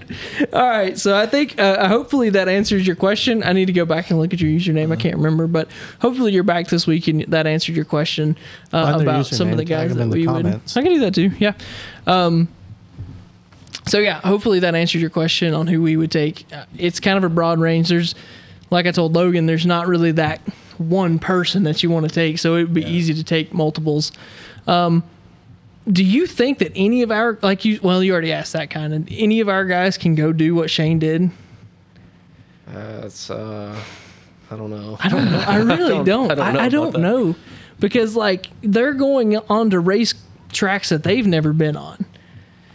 A: all right. So I think uh, hopefully that answers your question. I need to go back and look at your username. I
C: Uh-huh.
A: can't remember, but hopefully you're back this week and that answered your question uh,
C: Find their
A: about some of
C: username,
A: the
C: tag
A: guys
C: them
A: that
C: in the
A: we would.
C: comments.
A: I can do that too. Yeah. Um, so yeah, hopefully that answered your question on who we would take. Uh, it's kind of a broad range. There's, like I told Logan, there's not really that one person that you want to take, so it would be easy to take multiples do you think that any of our like you well you already asked that kind of any of our guys can go do what shane did
D: That's uh, I don't know.
A: I don't know. I really
D: don't-
A: don't.
D: I
A: I don't, I,
D: don't know about
A: don't
D: that.
A: know because like they're going onto race tracks that they've never been on.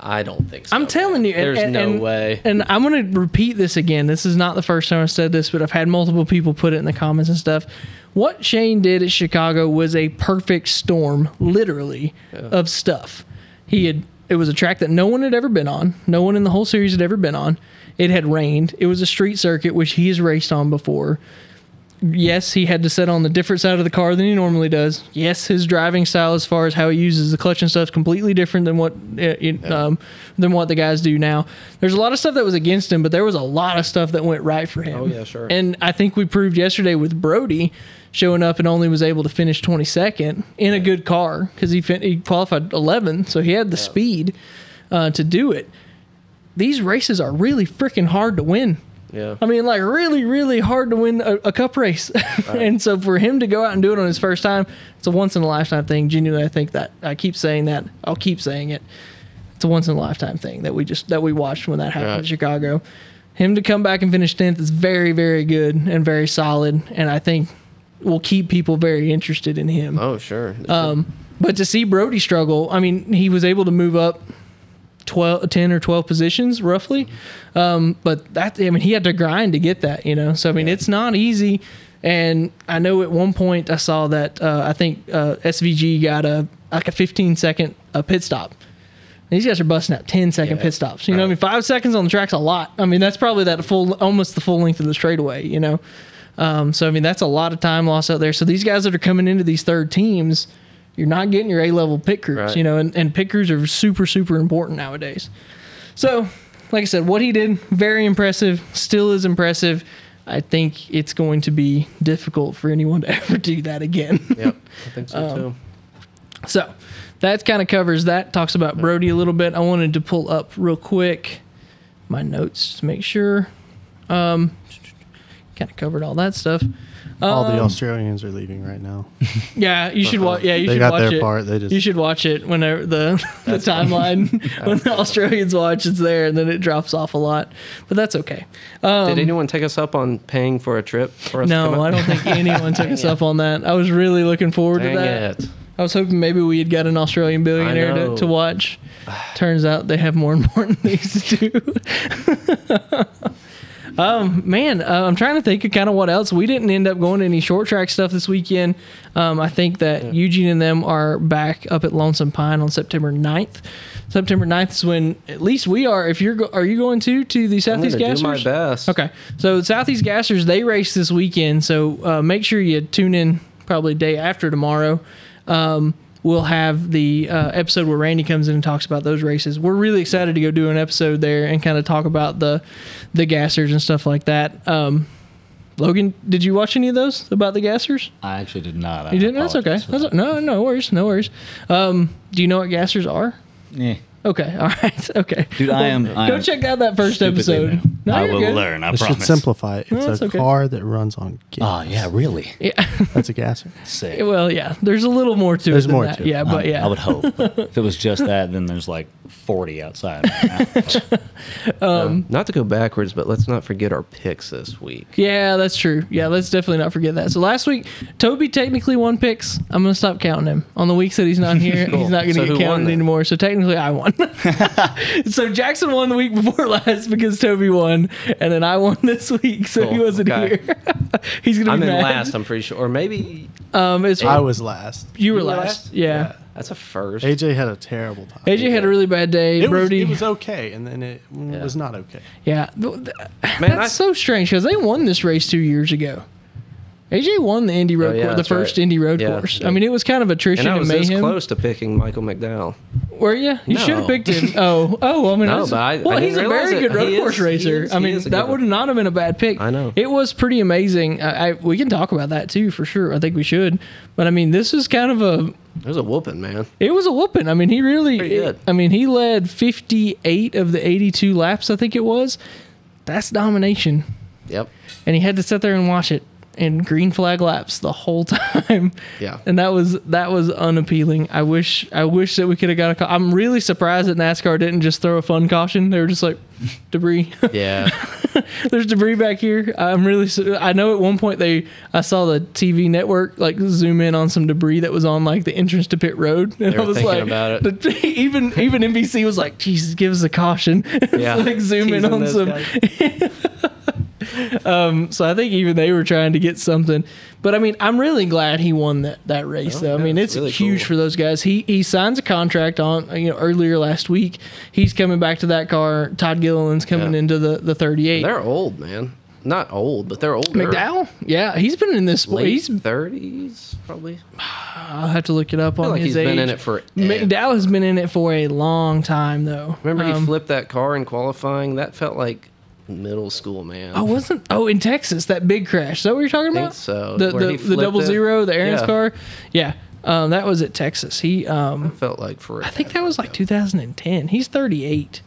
D: I don't think so.
A: I'm telling you, and-
D: there's
A: and-
D: no
A: and-
D: way.
A: And I'm going to repeat this again. This is not the first time I said this, but I've had multiple people put it in the comments and stuff. What Shane did at Chicago was a perfect storm, literally, of stuff. He had it was a track that no one had ever been on. No one in the whole series had ever been on. It had rained. It was a street circuit, which he has raced on before. Yes, he had to sit on the different side of the car than he normally does. Yes, his driving style, as far as how he uses the clutch and stuff, is completely different than what uh, it, um, than what the guys do now. There's a lot of stuff that was against him, but there was a lot of stuff that went right for him.
D: Oh, yeah, sure.
A: And I think we proved yesterday with Brody showing up and only was able to finish 22nd in a good car because he fin- he qualified 11, so he had the speed uh, to do it. These races are really freaking hard to win.
D: yeah.
A: I mean, like really, really hard to win a, a cup race, and so for him to go out and do it on his first time, it's a once in a lifetime thing. Genuinely, I think that I keep saying that. I'll keep saying it. It's a once in a lifetime thing that we just that we watched when that happened in
D: Right.
A: Chicago. Him to come back and finish tenth is very, very good and very solid, and I think will keep people very interested in him.
D: oh, sure.
A: Um, but to see Brody struggle, I mean, he was able to move up 12, 10 or 12 positions roughly. Um, but that, I mean, he had to grind to get that, you know? So, I mean, it's not easy. And I know at one point I saw that, uh, I think, uh, SVG got a, like a 15 second uh, pit stop. These guys are busting out 10 second
D: Yeah.
A: pit stops. You know, what I
D: Right.
A: mean, five seconds on the track's a lot. I mean, that's probably that full, almost the full length of the straightaway, you know? Um, so I mean, that's a lot of time lost out there. So these guys that are coming into these third teams, you're not getting your A level pit crews,
D: Right.
A: you know, and, and pit crews are super, super important nowadays. So, like I said, what he did, very impressive, still is impressive. I think it's going to be difficult for anyone to ever do that again.
D: yep. I think so
A: um,
D: too.
A: So that kind of covers that. Talks about Brody a little bit. I wanted to pull up real quick my notes to make sure. Um, kind of covered all that stuff.
C: All the
A: Um,
C: Australians are leaving right now.
A: Yeah, you should watch. Yeah, you
C: They
A: should
C: got
A: watch
C: their
A: it.
C: part. They just-
A: you should watch it whenever the the timeline when the Australians watch it's there and then it drops off a lot, but that's okay.
D: Did anyone take us up on paying for a trip for us? to come
A: um, No,
D: out?
A: I don't think anyone took us
D: Dang it.
A: up on that. I was really looking forward
D: Dang
A: to that.
D: it.
A: I was hoping maybe we had got an Australian billionaire
D: know.
A: to, to watch. Turns out they have more important things to do. um, man, uh, I'm trying to think of kind of what else. We didn't end up going to any short track stuff this weekend. Um, I think that Eugene and them are back up at Lonesome Pine on September 9th. September 9th is when at least we are. If you're go- are you going to to the
D: I'm
A: Southeast
D: gonna
A: Gassers?
D: do my best.
A: Okay. So the Southeast Gassers, they race this weekend. So uh, make sure you tune in probably day after tomorrow. Um, we'll have the uh, episode where Randy comes in and talks about those races. We're really excited to go do an episode there and kind of talk about the the Gassers and stuff like that. Um, Logan, did you watch any of those about the Gassers?
B: I actually did not. I
A: You didn't? That's okay.
B: apologize for
A: That's,
B: that.
A: no, no worries. No worries. Um, do you know what Gassers are?
B: Yeah.
A: Okay. All right. Okay.
B: Dude, I am- I
A: go
B: am
A: check out that first
B: Stupidly
A: episode.
B: new.
A: No,
B: I
A: you're
B: will
A: good.
B: learn. I
C: This should
B: promise.
C: simplify. it.
A: No,
C: It's
A: that's
C: a
A: okay.
C: car that runs on gas.
B: Oh yeah, really?
A: Yeah.
C: That's a gasser.
B: Sick.
A: Well, yeah, there's a little more to
C: There's
A: it. than
C: more
A: that.
C: to it.
A: Yeah, but
B: I-
A: yeah,
B: I would hope. if it was just that, then there's like 40 outside.
A: Um,
D: Not to go backwards, but let's not forget our picks this week.
A: yeah, that's true. Yeah, let's definitely not forget that. So last week, Toby technically won picks. I'm gonna stop counting him on the weeks that he's not here.
D: Cool.
A: He's not gonna
D: So who
A: get
D: won
A: counted
D: then?
A: anymore. So technically, I won. so Jackson won the week before last because Toby won, and then I won this week, so he
D: Cool.
A: wasn't
D: Okay.
A: here. he's gonna be
D: I'm in
A: mad.
D: last, I'm pretty sure. Or maybe
A: Um, it's
C: I was last.
A: you were
D: You were
A: last.
D: last?
A: Yeah.
D: that's a first.
C: AJ had a terrible time.
A: AJ had a really bad day.
C: it
A: Brody,
C: Was, it was okay, and then it was not okay.
A: Yeah, th- th-
D: Man,
A: that's
D: I-
A: so strange because they won this race two years ago. AJ won the Indy Road
D: Oh, yeah,
A: course, the
D: that's
A: first
D: right.
A: Indy Road
D: Yeah.
A: course. I mean, it was kind of attrition
D: and I
A: and,
D: was this
A: mayhem.
D: close to picking Michael McDowell.
A: Were you? You should
D: No.
A: have picked him. Oh, oh, well, I mean,
D: No,
A: I was-
D: but I- I
A: well,
D: didn't
A: he's a
D: realize
A: very
D: it.
A: good road
D: He is-
A: course
D: he
A: racer.
D: is-
A: I
D: he
A: mean,
D: is a
A: that
D: good
A: would
D: one.
A: not have been a bad pick.
D: I know.
A: it was pretty amazing. I, I we can talk about that too for sure. I think we should. But I mean, this is kind of a
D: It was a whooping, man.
A: It was a whooping. I mean, he really.
D: Pretty good.
A: I mean, he led 58 of the 82 laps. I think it was. That's domination,
D: Yep.
A: and he had to sit there and watch it in green flag laps the whole time.
D: Yeah.
A: And that was that was unappealing. I wish I wish that we could have got a. ca- I'm really surprised that NASCAR didn't just throw a fun caution. They were just like debris.
D: Yeah.
A: there's debris back here. I'm really. s- I know at one point they, I saw the TV network like zoom in on some debris that was on like the entrance to pit road, and
D: They
A: I
D: were
A: was
D: thinking
A: like,
D: about it.
A: the- even even NBC was like, Jesus, give us a caution.
D: Yeah.
A: like zoom in
D: Teasing
A: on
D: those
A: some.
D: guys.
A: um, so I think even they were trying to get something. But I mean, I'm really glad he won that, that race.
D: Oh,
A: though. I
D: yeah,
A: mean,
D: it's
A: it's
D: really
A: huge
D: cool.
A: for those guys. He he signs a contract on you know earlier last week. He's coming back to that car. Todd Gilliland's coming
D: Yeah.
A: into the the 38.
D: They're old, man. Not old, but they're older.
A: McDowell, yeah, he's been in this.
D: Late
A: He's
D: 30s, probably.
A: I'll have to look it up
D: I
A: on
D: feel like
A: his
D: he's
A: age.
D: been in it for. eh.
A: McDowell has been in it for a long time though.
D: Remember he
A: Um,
D: flipped that car in qualifying? That felt like middle school, man.
A: I wasn't. Oh, in Texas, that big crash. Is that what you're talking
D: think
A: about?
D: so.
A: The
D: uh, Where
A: the,
D: he
A: the
D: flipped
A: double
D: it?
A: zero, the Aaron's
D: Yeah.
A: car. Yeah, um, that was at Texas. He, um,
D: felt like for.
A: I think that was like 2010. He's 38.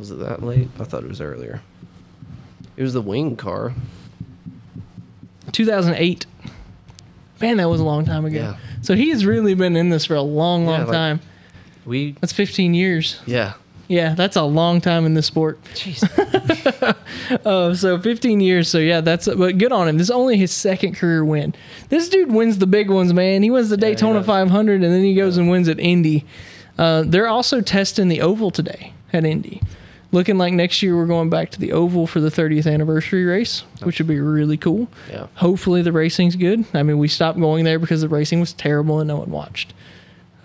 D: Was it that late? I thought it was earlier. It was the wing car.
A: 2008. Man, that was a long time ago.
D: Yeah.
A: So he has really been in this for a long, long
D: Yeah, like-
A: time.
D: We.
A: That's 15 years.
D: Yeah.
A: Yeah, that's a long time in this sport.
D: Jeez.
A: Uh, so 15 years. So yeah, that's but good on him. This is only his second career win. This dude wins the big ones, man. He wins the
D: he
A: Daytona
D: does.
A: 500, and then he goes and wins at Indy. Uh, they're also testing the oval today at Indy. Looking like next year we're going back to the oval for the 30th anniversary race, which would be really cool.
D: Yeah.
A: Hopefully the racing's good. I mean, we stopped going there because the racing was terrible and no one watched.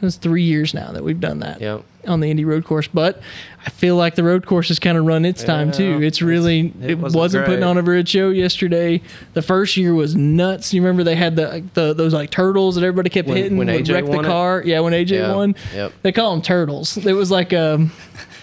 A: It's three years now that we've done that
D: Yeah.
A: on the Indy road course, but I feel like the road course has kind of run its time too.
D: Yeah,
A: It's really
D: it
A: it wasn't,
D: wasn't
A: putting
D: great.
A: on a very good show yesterday. The first year was nuts. You remember they had the, like, the those like turtles that everybody kept
D: When-
A: hitting
D: when
A: would
D: AJ
A: wreck the
D: won it?
A: car. Yeah, when AJ
D: Yeah,
A: won,
D: yep.
A: they call them turtles. It was like um,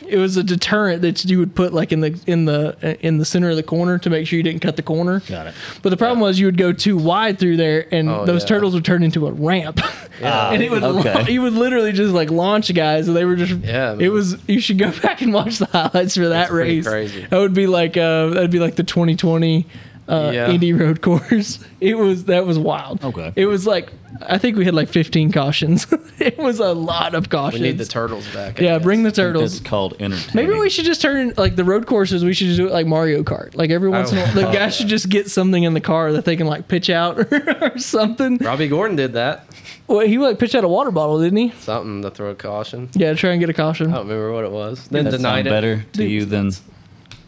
A: it was a deterrent that you would put like in the in the in the center of the corner to make sure you didn't cut the corner.
B: Got it.
A: But the problem was you would go too wide through there, and
D: Oh,
A: those
D: yeah.
A: turtles would turn into a ramp.
D: Yeah.
A: and it would
B: Uh, Okay.
A: launch- you would literally just like launch guys, and they were just
D: Yeah,
A: It
D: man.
A: was you should go back and watch the highlights for that
D: That's pretty
A: race.
D: crazy.
A: That would be like uh, that'd be like the 2020 uh,
D: Yeah.
A: Indy road course. It was that was wild.
B: Okay.
A: it was like I think we had like 15 cautions. it was a lot of
D: We
A: cautions.
D: need the turtles back. I
A: yeah,
D: guess.
A: bring the
B: It's
A: turtles.
B: called entertaining.
A: Maybe we should just turn like the road courses. We should just do it like Mario Kart. Like every once
B: Oh.
A: in a while, the guy should just get something in the car that they can like pitch out or something.
D: Robbie Gordon did that.
A: Well, he like pitched out a water bottle, didn't he?
D: Something to throw a caution.
A: Yeah, try and get a caution.
B: Oh.
D: I don't remember what it was.
B: Does
D: Then
B: that sound
D: denied it.
B: better to
A: Dude,
B: you than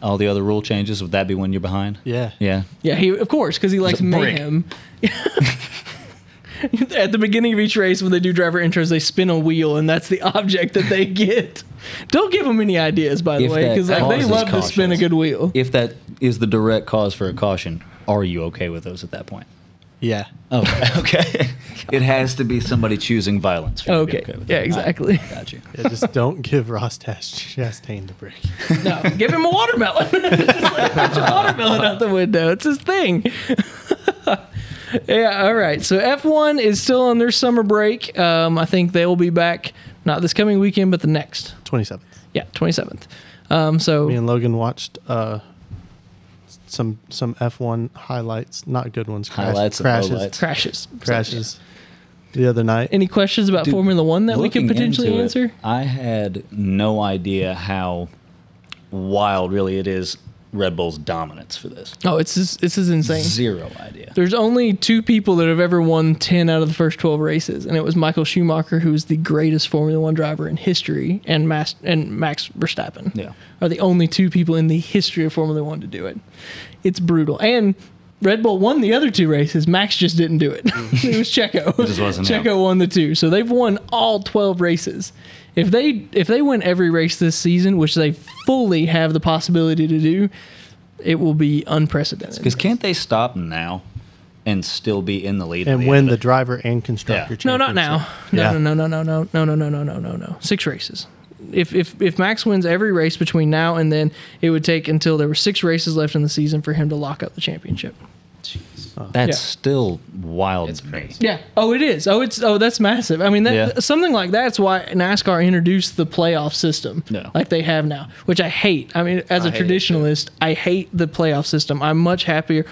B: all the other rule changes? Would that be when you're behind?
C: Yeah.
B: Yeah.
A: Yeah, he of course because he likes
B: a brick.
A: mayhem. At the beginning of each race, when they do driver intros, they spin a wheel, and that's the object that they get. Don't give them any ideas, by the
B: If
A: way,
B: that
A: because like they
B: causes
A: love to spin a
B: cautions.
A: good wheel.
B: If that is the direct cause for a caution, are you okay with those at that point?
C: Yeah.
B: Oh, okay. it has to be somebody choosing violence. For you to be
A: Okay,
B: with
A: yeah,
B: that.
A: exactly.
B: I got you.
C: Yeah, just don't give Ross Tash- Chastain the brick.
A: No, give him a watermelon. Just like, Put your watermelon out the window. It's his thing. yeah. All right. So F1 is still on their summer break. Um, I think they will be back not this coming weekend, but the next.
C: 27th.
A: Yeah, 27th. Um, so
C: Me and Logan watched uh, some some F1 highlights, not good ones. crash-
B: Highlights and
C: crashes,
B: lowlights.
A: crashes.
C: crashes. The other night,
A: Any questions about
B: Dude,
A: Formula One that we could
B: looking
A: potentially
B: into it,
A: answer?
B: I had no idea how wild, really, it is Red Bull's dominance for this.
A: Oh, it's just, this is insane.
B: Zero idea.
A: There's only two people that have ever won 10 out of the first 12 races, and it was Michael Schumacher, who is the greatest Formula One driver in history, and, Mas- and Max Verstappen.
B: Yeah.
A: Are the only two people in the history of Formula One to do it. It's brutal. And Red Bull won the other two races. Max just didn't do it. it was Checo. It
B: Mm. just wasn't him.
A: Checo won the two. So they've won all 12 races. If they if they win every race this season, which they fully have the possibility to do, it will be unprecedented.
B: Because can't they stop now and still be in the lead? at
C: and
B: the
C: win
B: end
C: the
B: of
C: driver and constructor
A: No,
B: Yeah.
A: not
C: championship.
A: now. No,
C: Yeah.
A: no, no, no, no, no, no, no, no, no, no, no. Six races. If if if Max wins every race between now and then, it would take until there were six races left in the season for him to lock up the championship.
B: it? That's
A: Yeah.
B: still wild. to me.
A: Yeah. Oh, it is. Oh, it's oh, that's massive. I mean, that,
B: Yeah.
A: something like that's why NASCAR introduced the playoff system,
B: No.
A: like they have now, which I hate. I mean, as a
D: I hate it, too.
A: traditionalist, I hate the playoff system. I'm much happier.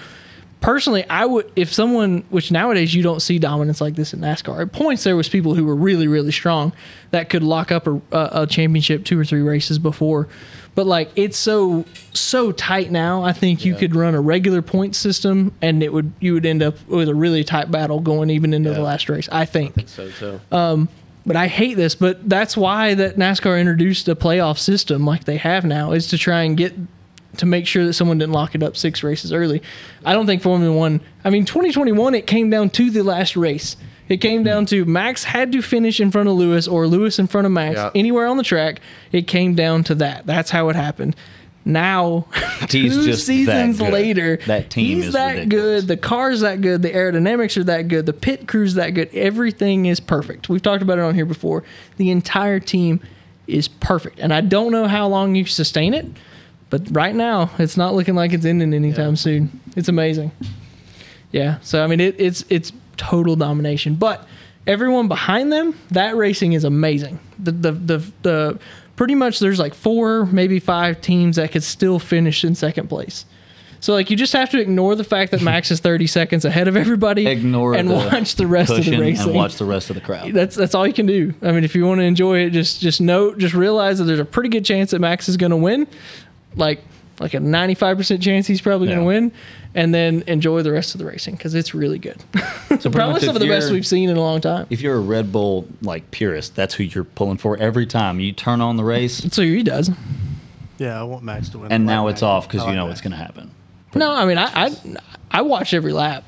A: personally, I would if someone which nowadays you don't see dominance like this in NASCAR. At points there was people who were really really strong that could lock up a, a, a championship two or three races before, but like it's so so tight now. I think you could run a regular point system and it would you would end up with a really tight battle going even into the
D: Yeah.
A: last race. I think.
D: So too.
A: Uh, But I hate this, but that's why that NASCAR introduced a playoff system like they have now is to try and get to make sure that someone didn't lock it up six races early. I don't think Formula 1, I mean 2021 it came down to the last race. It came down to Max had to finish in front of Lewis or Lewis in front of Max
D: Yeah.
A: anywhere on the track. It came down to that. That's how it happened. Now,
B: He's
A: two
B: just that
A: seasons
B: good.
A: later,
B: That team
A: he's
B: is
A: that
B: ridiculous.
A: good. The car's that good. The aerodynamics are that good. The pit crew's that good. Everything is perfect. We've talked about it on here before. The entire team is perfect. And I don't know how long you sustain it, but right now it's not looking like it's ending anytime soon. It's amazing. Yeah. So I mean it, it's it's total domination. But everyone behind them, that racing is amazing. The the the the pretty much there's like four, maybe five teams that could still finish in second place. So like you just have to ignore the fact that Max is 30 seconds ahead of everybody
B: Ignore
A: and
B: the
A: watch the rest of
B: cushion
A: the racing.
B: and watch the rest of the crowd.
A: that's that's all you can do. I mean, if you want to enjoy it, just just know, just realize that there's a pretty good chance that Max is going to win, like like a 95% chance he's probably going
B: Yeah.
A: to win, and then enjoy the rest of the racing because it's really good.
B: So pretty
A: probably
B: much
A: some
B: if
A: of the best
B: you're-
A: we've seen in a long time.
B: If you're a Red Bull like purist, that's who you're pulling for every time you turn on the race,
A: So he does.
C: Yeah, I want Max to win.
B: and
C: I like
B: now it's
C: Max.
B: off because
C: I
B: you
C: like
B: know
C: Max.
B: it's going to happen.
A: No, I mean I I, I watch every lap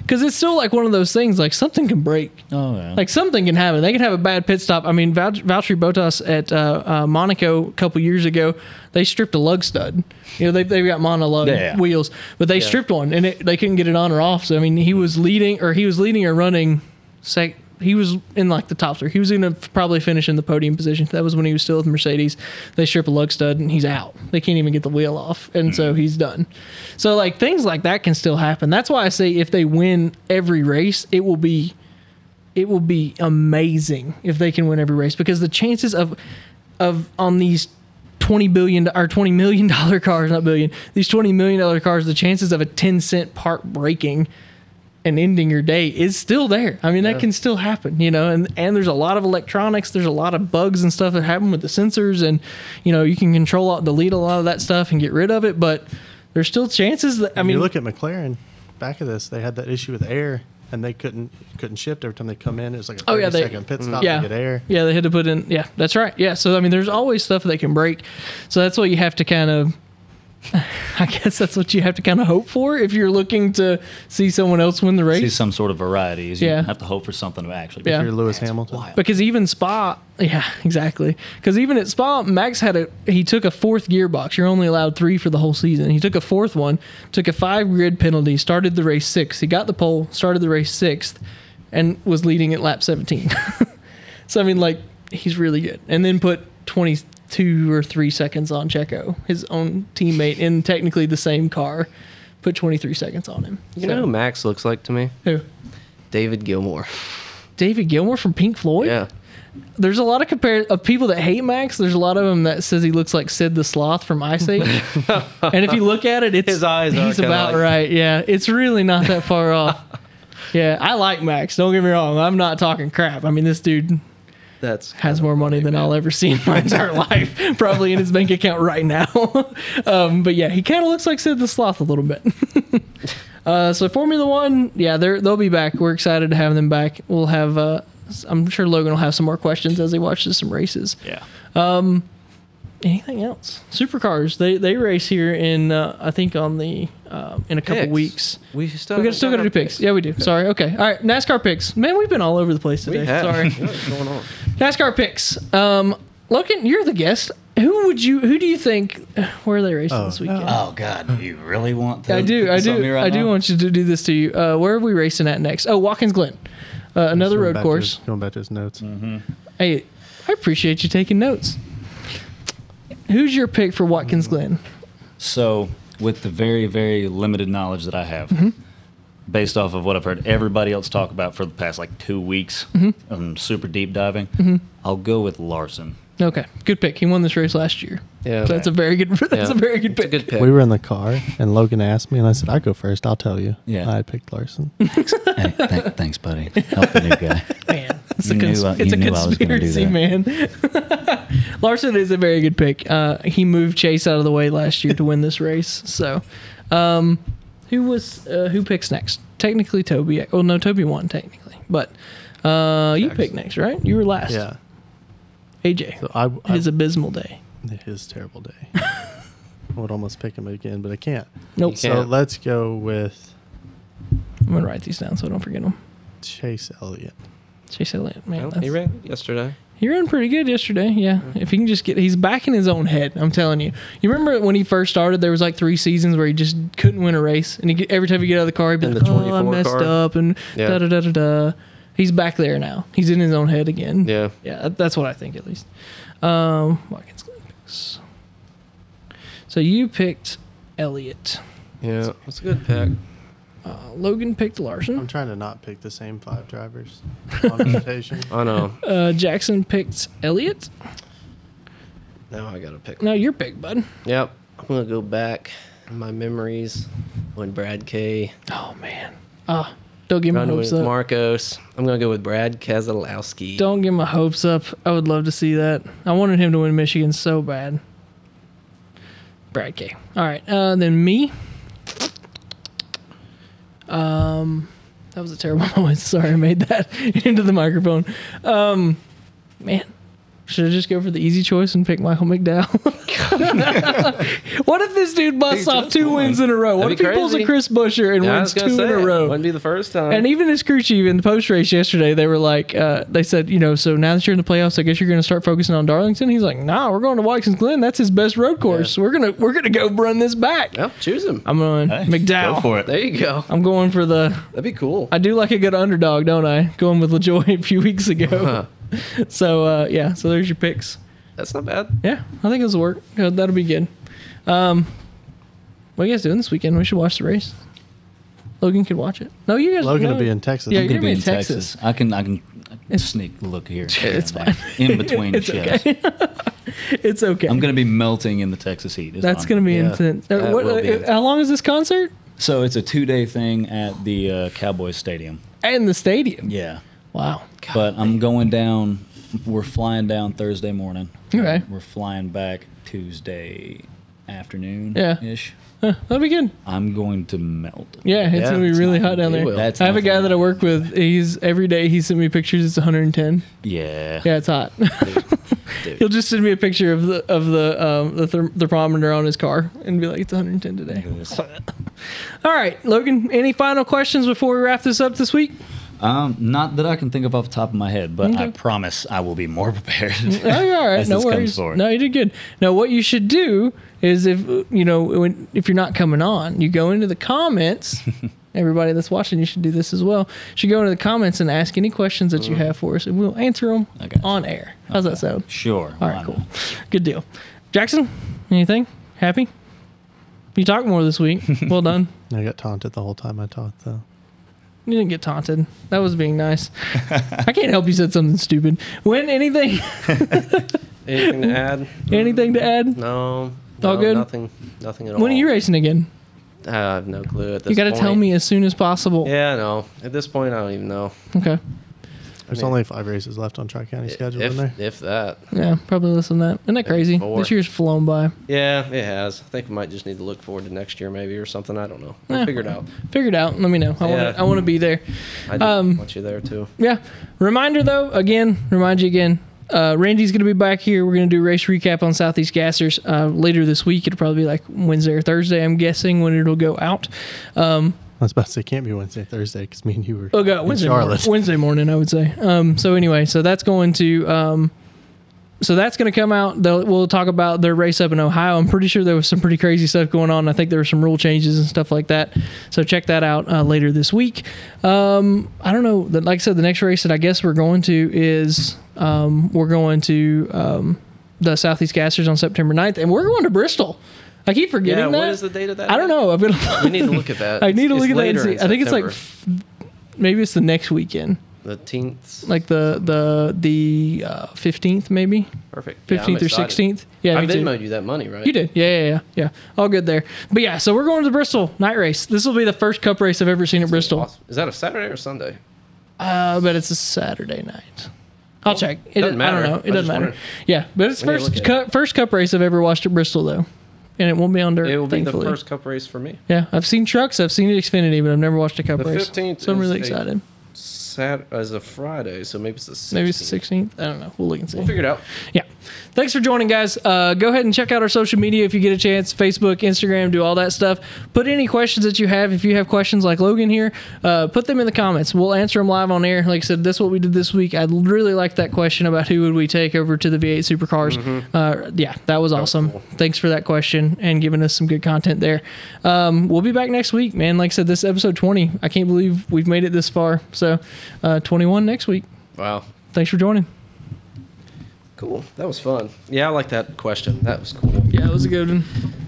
A: because it's still like one of those things like something can break.
B: Oh yeah,
A: Like something can happen. They can have a bad pit stop. I mean, Val- Valtteri Bottas at uh, uh, Monaco a couple years ago, they stripped a lug stud. You know, they they've got monolug
B: Yeah, yeah.
A: wheels, but they stripped one and it, they couldn't get it on or off. So I mean, he was leading or he was leading or running. Sec- he was in like the top three. He was going to probably finish in the podium position. That was when he was still with Mercedes. They strip a lug stud and he's out. They can't even get the wheel off, and so
B: Mm.
A: he's done. So like things like that can still happen. That's why I say if they win every race, it will be it will be amazing if they can win every race because the chances of of on these 20 billion or 20 million dollar cars not billion these 20 million dollar cars the chances of a 10 cent part breaking and ending your day is still there i mean that can still happen you know and and there's a lot of electronics there's a lot of bugs and stuff that happen with the sensors and you know you can control all- delete a lot of that stuff and get rid of it but there's still chances that i
C: I mean,
A: mean
C: you look at McLaren. Back of this, they had that issue with air, and they couldn't couldn't shift every time they come in. It was like a
A: Oh,
C: thirty
A: yeah,
C: second
A: they-
C: pit stop
A: yeah.
C: to get air.
A: Mm-hmm. Yeah, they had to put in. Yeah, that's right. Yeah, so I mean, there's always stuff that can break. So that's what you have to kind of. I guess that's what you have to kind of hope for if you're looking to see someone else win the
B: see
A: race.
B: some sort of varieties.
A: Yeah.
B: you have to hope for something to actually.
A: Yeah.
C: You're Lewis Hamilton.
B: wild.
A: Because even Spa, yeah, exactly. Because even at Spa, Max had a he took a fourth gearbox. You're only allowed three for the whole season. He took a fourth one, took a five grid penalty, started the race sixth. He got the pole, started the race sixth, and was leading at lap 17. so I mean, like he's really good. And then put 22 or three seconds on Checo, his own teammate in technically the same car. Put 23 seconds on him.
D: You know who Max looks like to me?
A: who?
D: David Gilmour.
A: David Gilmour from Pink Floyd.
D: Yeah.
A: there's a lot of compare of people that hate Max. There's a lot of them that says he looks like Sid the Sloth from Ice Age. and if you look at it, it's
D: His eyes are
A: He's
D: kinda
A: about
D: like-
A: right. Yeah, it's really not that far off. Yeah, I like Max. Don't get me wrong. I'm not talking crap. I mean, this dude
D: That's
A: has more money than I'll ever see in my entire life, probably in his bank account right now. um, but yeah, he kind of looks like Sid the Sloth a little bit. uh, so Formula One, yeah, they're, they'll be back. We're excited to have them back. We'll have, uh, I'm sure Logan will have some more questions as he watches some races.
B: Yeah,
A: Anything else? Supercars, they they race here in uh, I think on the uh, in a couple
D: Picks.
A: weeks.
D: We still
A: We got
D: haven't
A: still got
D: done
A: to
D: our
A: do picks. Yeah, we do. Sorry. Okay. All right. NASCAR picks. Man, we've been all over the place today.
D: We have.
A: Sorry.
D: What's going on?
A: NASCAR picks. Um, Logan, you're the guest. Who would you? Who do you think? Where are they racing this weekend?
D: Uh,
B: Oh God, you really want? To
A: I do. I
B: insult me
A: do.
B: right
A: I do
B: now?
A: want you to do this to you. Uh, where are we racing at next? Oh, Watkins Glen, uh, another
C: Going
A: road
C: back to
A: course.
C: his- going back to his notes.
B: Mm-hmm.
A: Hey, I appreciate you taking notes. Who's your pick for Watkins Glen?
B: So, with the very, very limited knowledge that I have,
A: Mm-hmm.
B: based off of what I've heard everybody else
A: Mm-hmm.
B: talk about for the past like two weeks, um, super deep diving, I'll go with Larson.
A: Okay, good pick. He won this race last year.
D: Yeah.
A: So that's a very good. That's
D: Yeah.
A: a very good
D: It's a
A: pick.
D: good pick.
C: We were in the car, and Logan asked me, and I said, "I go first. I'll tell you."
B: Yeah.
C: I picked Larson.
B: Hey, th- thanks, buddy. Help the new guy.
A: man. It's a,
B: You knew
A: cons-
B: I- you
A: it's a
B: knew I was gonna do
A: conspiracy,
B: that.
A: man. Larson is a very good pick. Uh, he moved Chase out of the way last year to win this race. So, um, who was uh, who picks next? Technically, Toby. Well, no, Toby won technically, but uh, you picked next, right? You were last.
C: Yeah.
A: AJ.
C: So I, I
A: his abysmal day.
C: his terrible day. I would almost pick him again, but I can't.
A: Nope.
D: Yeah.
C: So let's go with
A: I'm gonna write these down so I don't forget them.
C: Chase Elliott.
A: Chase Elliott, man.
D: Well,
A: that's-
D: he ran yesterday.
A: He ran pretty good yesterday. Yeah. If he can just get, he's back in his own head. I'm telling you. You remember when he first started? There was like three seasons where he just couldn't win a race, and he get, every time he get out of the car, he'd be
D: And
A: like,
D: the
A: "Oh, I
D: 24
A: messed
D: car.
A: up," and
D: Yeah.
A: da da da da da. He's back there now. He's in his own head again.
D: Yeah.
A: Yeah. that- That's what I think at least. Um, Watkins Glen. So you picked Elliott.
D: Yeah. That's a good pick.
A: Uh, Logan picked
C: I'm
A: Larson.
C: trying to not pick the same five drivers on rotation.
D: I know.
A: Uh, Jackson picked Elliott.
D: Now I gotta pick.
A: No, your pick, bud.
D: Yep. I'm gonna go back in my memories when Brad K
A: Oh man. Ah, don't give me
D: run
A: hopes
D: with
A: up.
D: Marcos. I'm gonna go with Brad Keselowski.
A: Don't get my hopes up. I would love to see that. I wanted him to win Michigan so bad. Brad K. All right. Uh, then me. Um, Um, that was a terrible noise. Sorry, I made that into the microphone. Um, man, should I just go for the easy choice and pick Michael McDowell? what if this dude busts off two wins in a row? What
D: That'd
A: if
D: be
A: he pulls a
D: crazy.
A: Chris Busher and
D: Yeah, I
A: wins
D: was gonna
A: two in
D: say,
A: a row?
D: Wouldn't be the first time.
A: And even his crew chief in the post race yesterday, they were like, uh, they said, you know, so now that you're in the playoffs, I guess you're going to start focusing on Darlington. He's like, nah, we're going to Watkins Glen. That's his best road course. We're gonna we're gonna go run this back.
D: Yep, choose him.
A: I'm going
B: Hey,
A: McDowell.
B: Go for it.
D: there you go.
A: I'm going for the.
D: That'd be cool.
A: I do like a good underdog, don't I? Going with LaJoy a few weeks ago. so uh, yeah, so there's your picks.
D: That's not bad.
A: Yeah, I think it'll work. Uh, That'll be good. Um, what are you guys doing this weekend? We should watch the race. Logan could watch it. No, you guys.
C: Logan
A: no.
C: will be in Texas.
A: Yeah,
B: Gonna
A: You're
B: be
A: in
B: in Texas. I can I can sneak a look here.
A: It's
B: and there. In between
A: It's
B: shows.
A: okay. it's okay.
B: I'm gonna be melting in the Texas heat. is
A: That's
B: I'm-
A: going to be
D: Yeah,
A: intense. Uh,
D: that
A: what-
D: will be
A: uh, how long is this concert?
B: So it's a two day thing at the uh, Cowboys Stadium.
A: And the stadium.
B: Yeah.
A: Wow.
B: But I'm going down. We're flying down Thursday morning.
A: Okay.
B: We're flying back Tuesday afternoon.
A: Yeah.
B: Ish.
A: Huh, that'll be good.
B: I'm going to melt.
A: Yeah, it's
D: Yeah,
A: going to be
D: it's
A: really
D: not
A: hot down
D: gonna be
A: there.
D: well.
B: That's
A: I have a
B: nothing
A: guy that I
B: like
A: work with. He's every day he sent me pictures. It's 110.
B: Yeah.
A: Yeah, it's hot.
D: Dude.
A: He'll just send me a picture of the of the um, the therm- thermometer on his car and be like, "It's 110 today."
D: Mm-hmm.
A: All right, Logan. Any final questions before we wrap this up this week?
B: Um, not that I can think of off the top of my head, but I
A: Okay.
B: promise I will be more prepared.
A: Oh, you're all right.
B: as
A: No
B: this comes
A: worries.
B: forward.
A: No, you did good. Now, what you should do is if uh, you know when, if you're not coming on, you go into the comments. Everybody that's watching, you should do this as well. You should go into the comments and ask any questions that you have for us, and we'll answer them
B: Mm-hmm. Okay.
A: on air. How's that sound?
B: Sure.
A: All
B: why
A: right, cool.
B: not?
A: Good deal. Jackson, anything? Happy? You talked more this week. Well done.
C: I got taunted the whole time I talked, though.
A: You didn't get taunted. That was being nice. I can't help you said something stupid. When anything
D: Anything to add?
A: anything to add?
D: No.
A: All
D: no,
A: good?
D: Nothing. Nothing at all.
A: When are you racing again?
D: I have no clue at this
A: you got to tell
D: point.
A: me as soon as possible.
D: Yeah, no. At this point, I don't even know.
A: Okay.
C: There's
D: mean-
C: only five races left on Tri County schedule,
D: if,
C: isn't there?
D: if that.
A: Yeah, probably less than that. Isn't that crazy?
D: Four.
A: This year's flown by.
D: Yeah, it has. I think we might just need to look forward to next year, maybe, or something. I don't know. We'll
A: Eh.
D: figure it out.
A: Figure it out. Let me know. I
D: Yeah.
A: want to. I want to be there.
D: I do
A: Um,
D: want you there too.
A: Yeah. Reminder though, again, remind you again. Uh, Randy's gonna be back here. We're gonna do race recap on Southeast Gassers uh, later this week. It'll probably be like Wednesday or Thursday. I'm guessing when it'll go out.
C: I was about to say, it can't be Wednesday, Thursday, because me and you were
A: Oh god,
C: in
A: Wednesday morning,
C: Charlotte.
A: Wednesday morning, I would say. Um, so anyway, so that's going to um, so that's going to come out. They'll, we'll talk about their race up in Ohio. I'm pretty sure there was some pretty crazy stuff going on. I think there were some rule changes and stuff like that. So check that out uh, later this week. Um, I don't know. the- Like I said, the next race that I guess we're going to is um, we're going to um, the Southeast Gassers on September 9th, and we're going to Bristol. I keep forgetting
D: Yeah,
A: that.
D: what is the date of that?
A: I don't know. I've been.
D: We need to look at that.
A: I need to
D: It's
A: look at that. And
D: later
A: see.
D: in
A: I think it's like
D: September.
A: f- maybe it's the next weekend.
D: The teenth,
A: like the the the uh, 15th maybe
D: perfect. Yeah, I'm
A: 15th or
D: excited.
A: 16th. Yeah,
D: I
A: me too.
D: Venmoed you that money, right?
A: You did. Yeah, yeah, yeah, yeah. All good there. But yeah, so we're going to the Bristol night race. This will be the first cup race I've ever seen at Bristol.
D: Awesome. Is that a Saturday or Sunday?
A: Uh, but it's a Saturday night. I'll check. It
D: doesn't
A: I
D: matter.
A: don't know. It
D: I
A: doesn't
D: just
A: matter.
D: wondered.
A: Yeah, but it's
D: We need to look
A: first
D: at
A: cup, first cup race I've ever watched at Bristol though, and it won't be on dirt.
D: It will be
A: thankfully.
D: the first cup race for me.
A: Yeah, I've seen trucks, I've seen Xfinity, but I've never watched a cup
D: The
A: race.
D: 15th
A: so I'm really
D: is a-
A: excited.
D: Sat as a Friday, so maybe it's the 16th.
A: Maybe it's the 16th. I don't know. We'll look and see.
D: We'll figure it out.
A: yeah. Thanks for joining, guys. Uh, go ahead and check out our social media if you get a chance Facebook, Instagram, do all that stuff. Put any questions that you have. If you have questions like Logan here, uh, put them in the comments. We'll answer them live on air. Like I said, that's what we did this week. I really liked that question about who would we take over to the V8 supercars.
D: Mm-hmm.
A: Uh, yeah, that was awesome. Thanks for that question and giving us some good content there. Um, we'll be back next week, man. Like I said, this is episode 20. I can't believe we've made it this far. So uh, 21 next week.
D: Wow.
A: Thanks for joining.
D: Cool. That was fun. Yeah, I like that question. That was cool.
A: Yeah, it was a good one.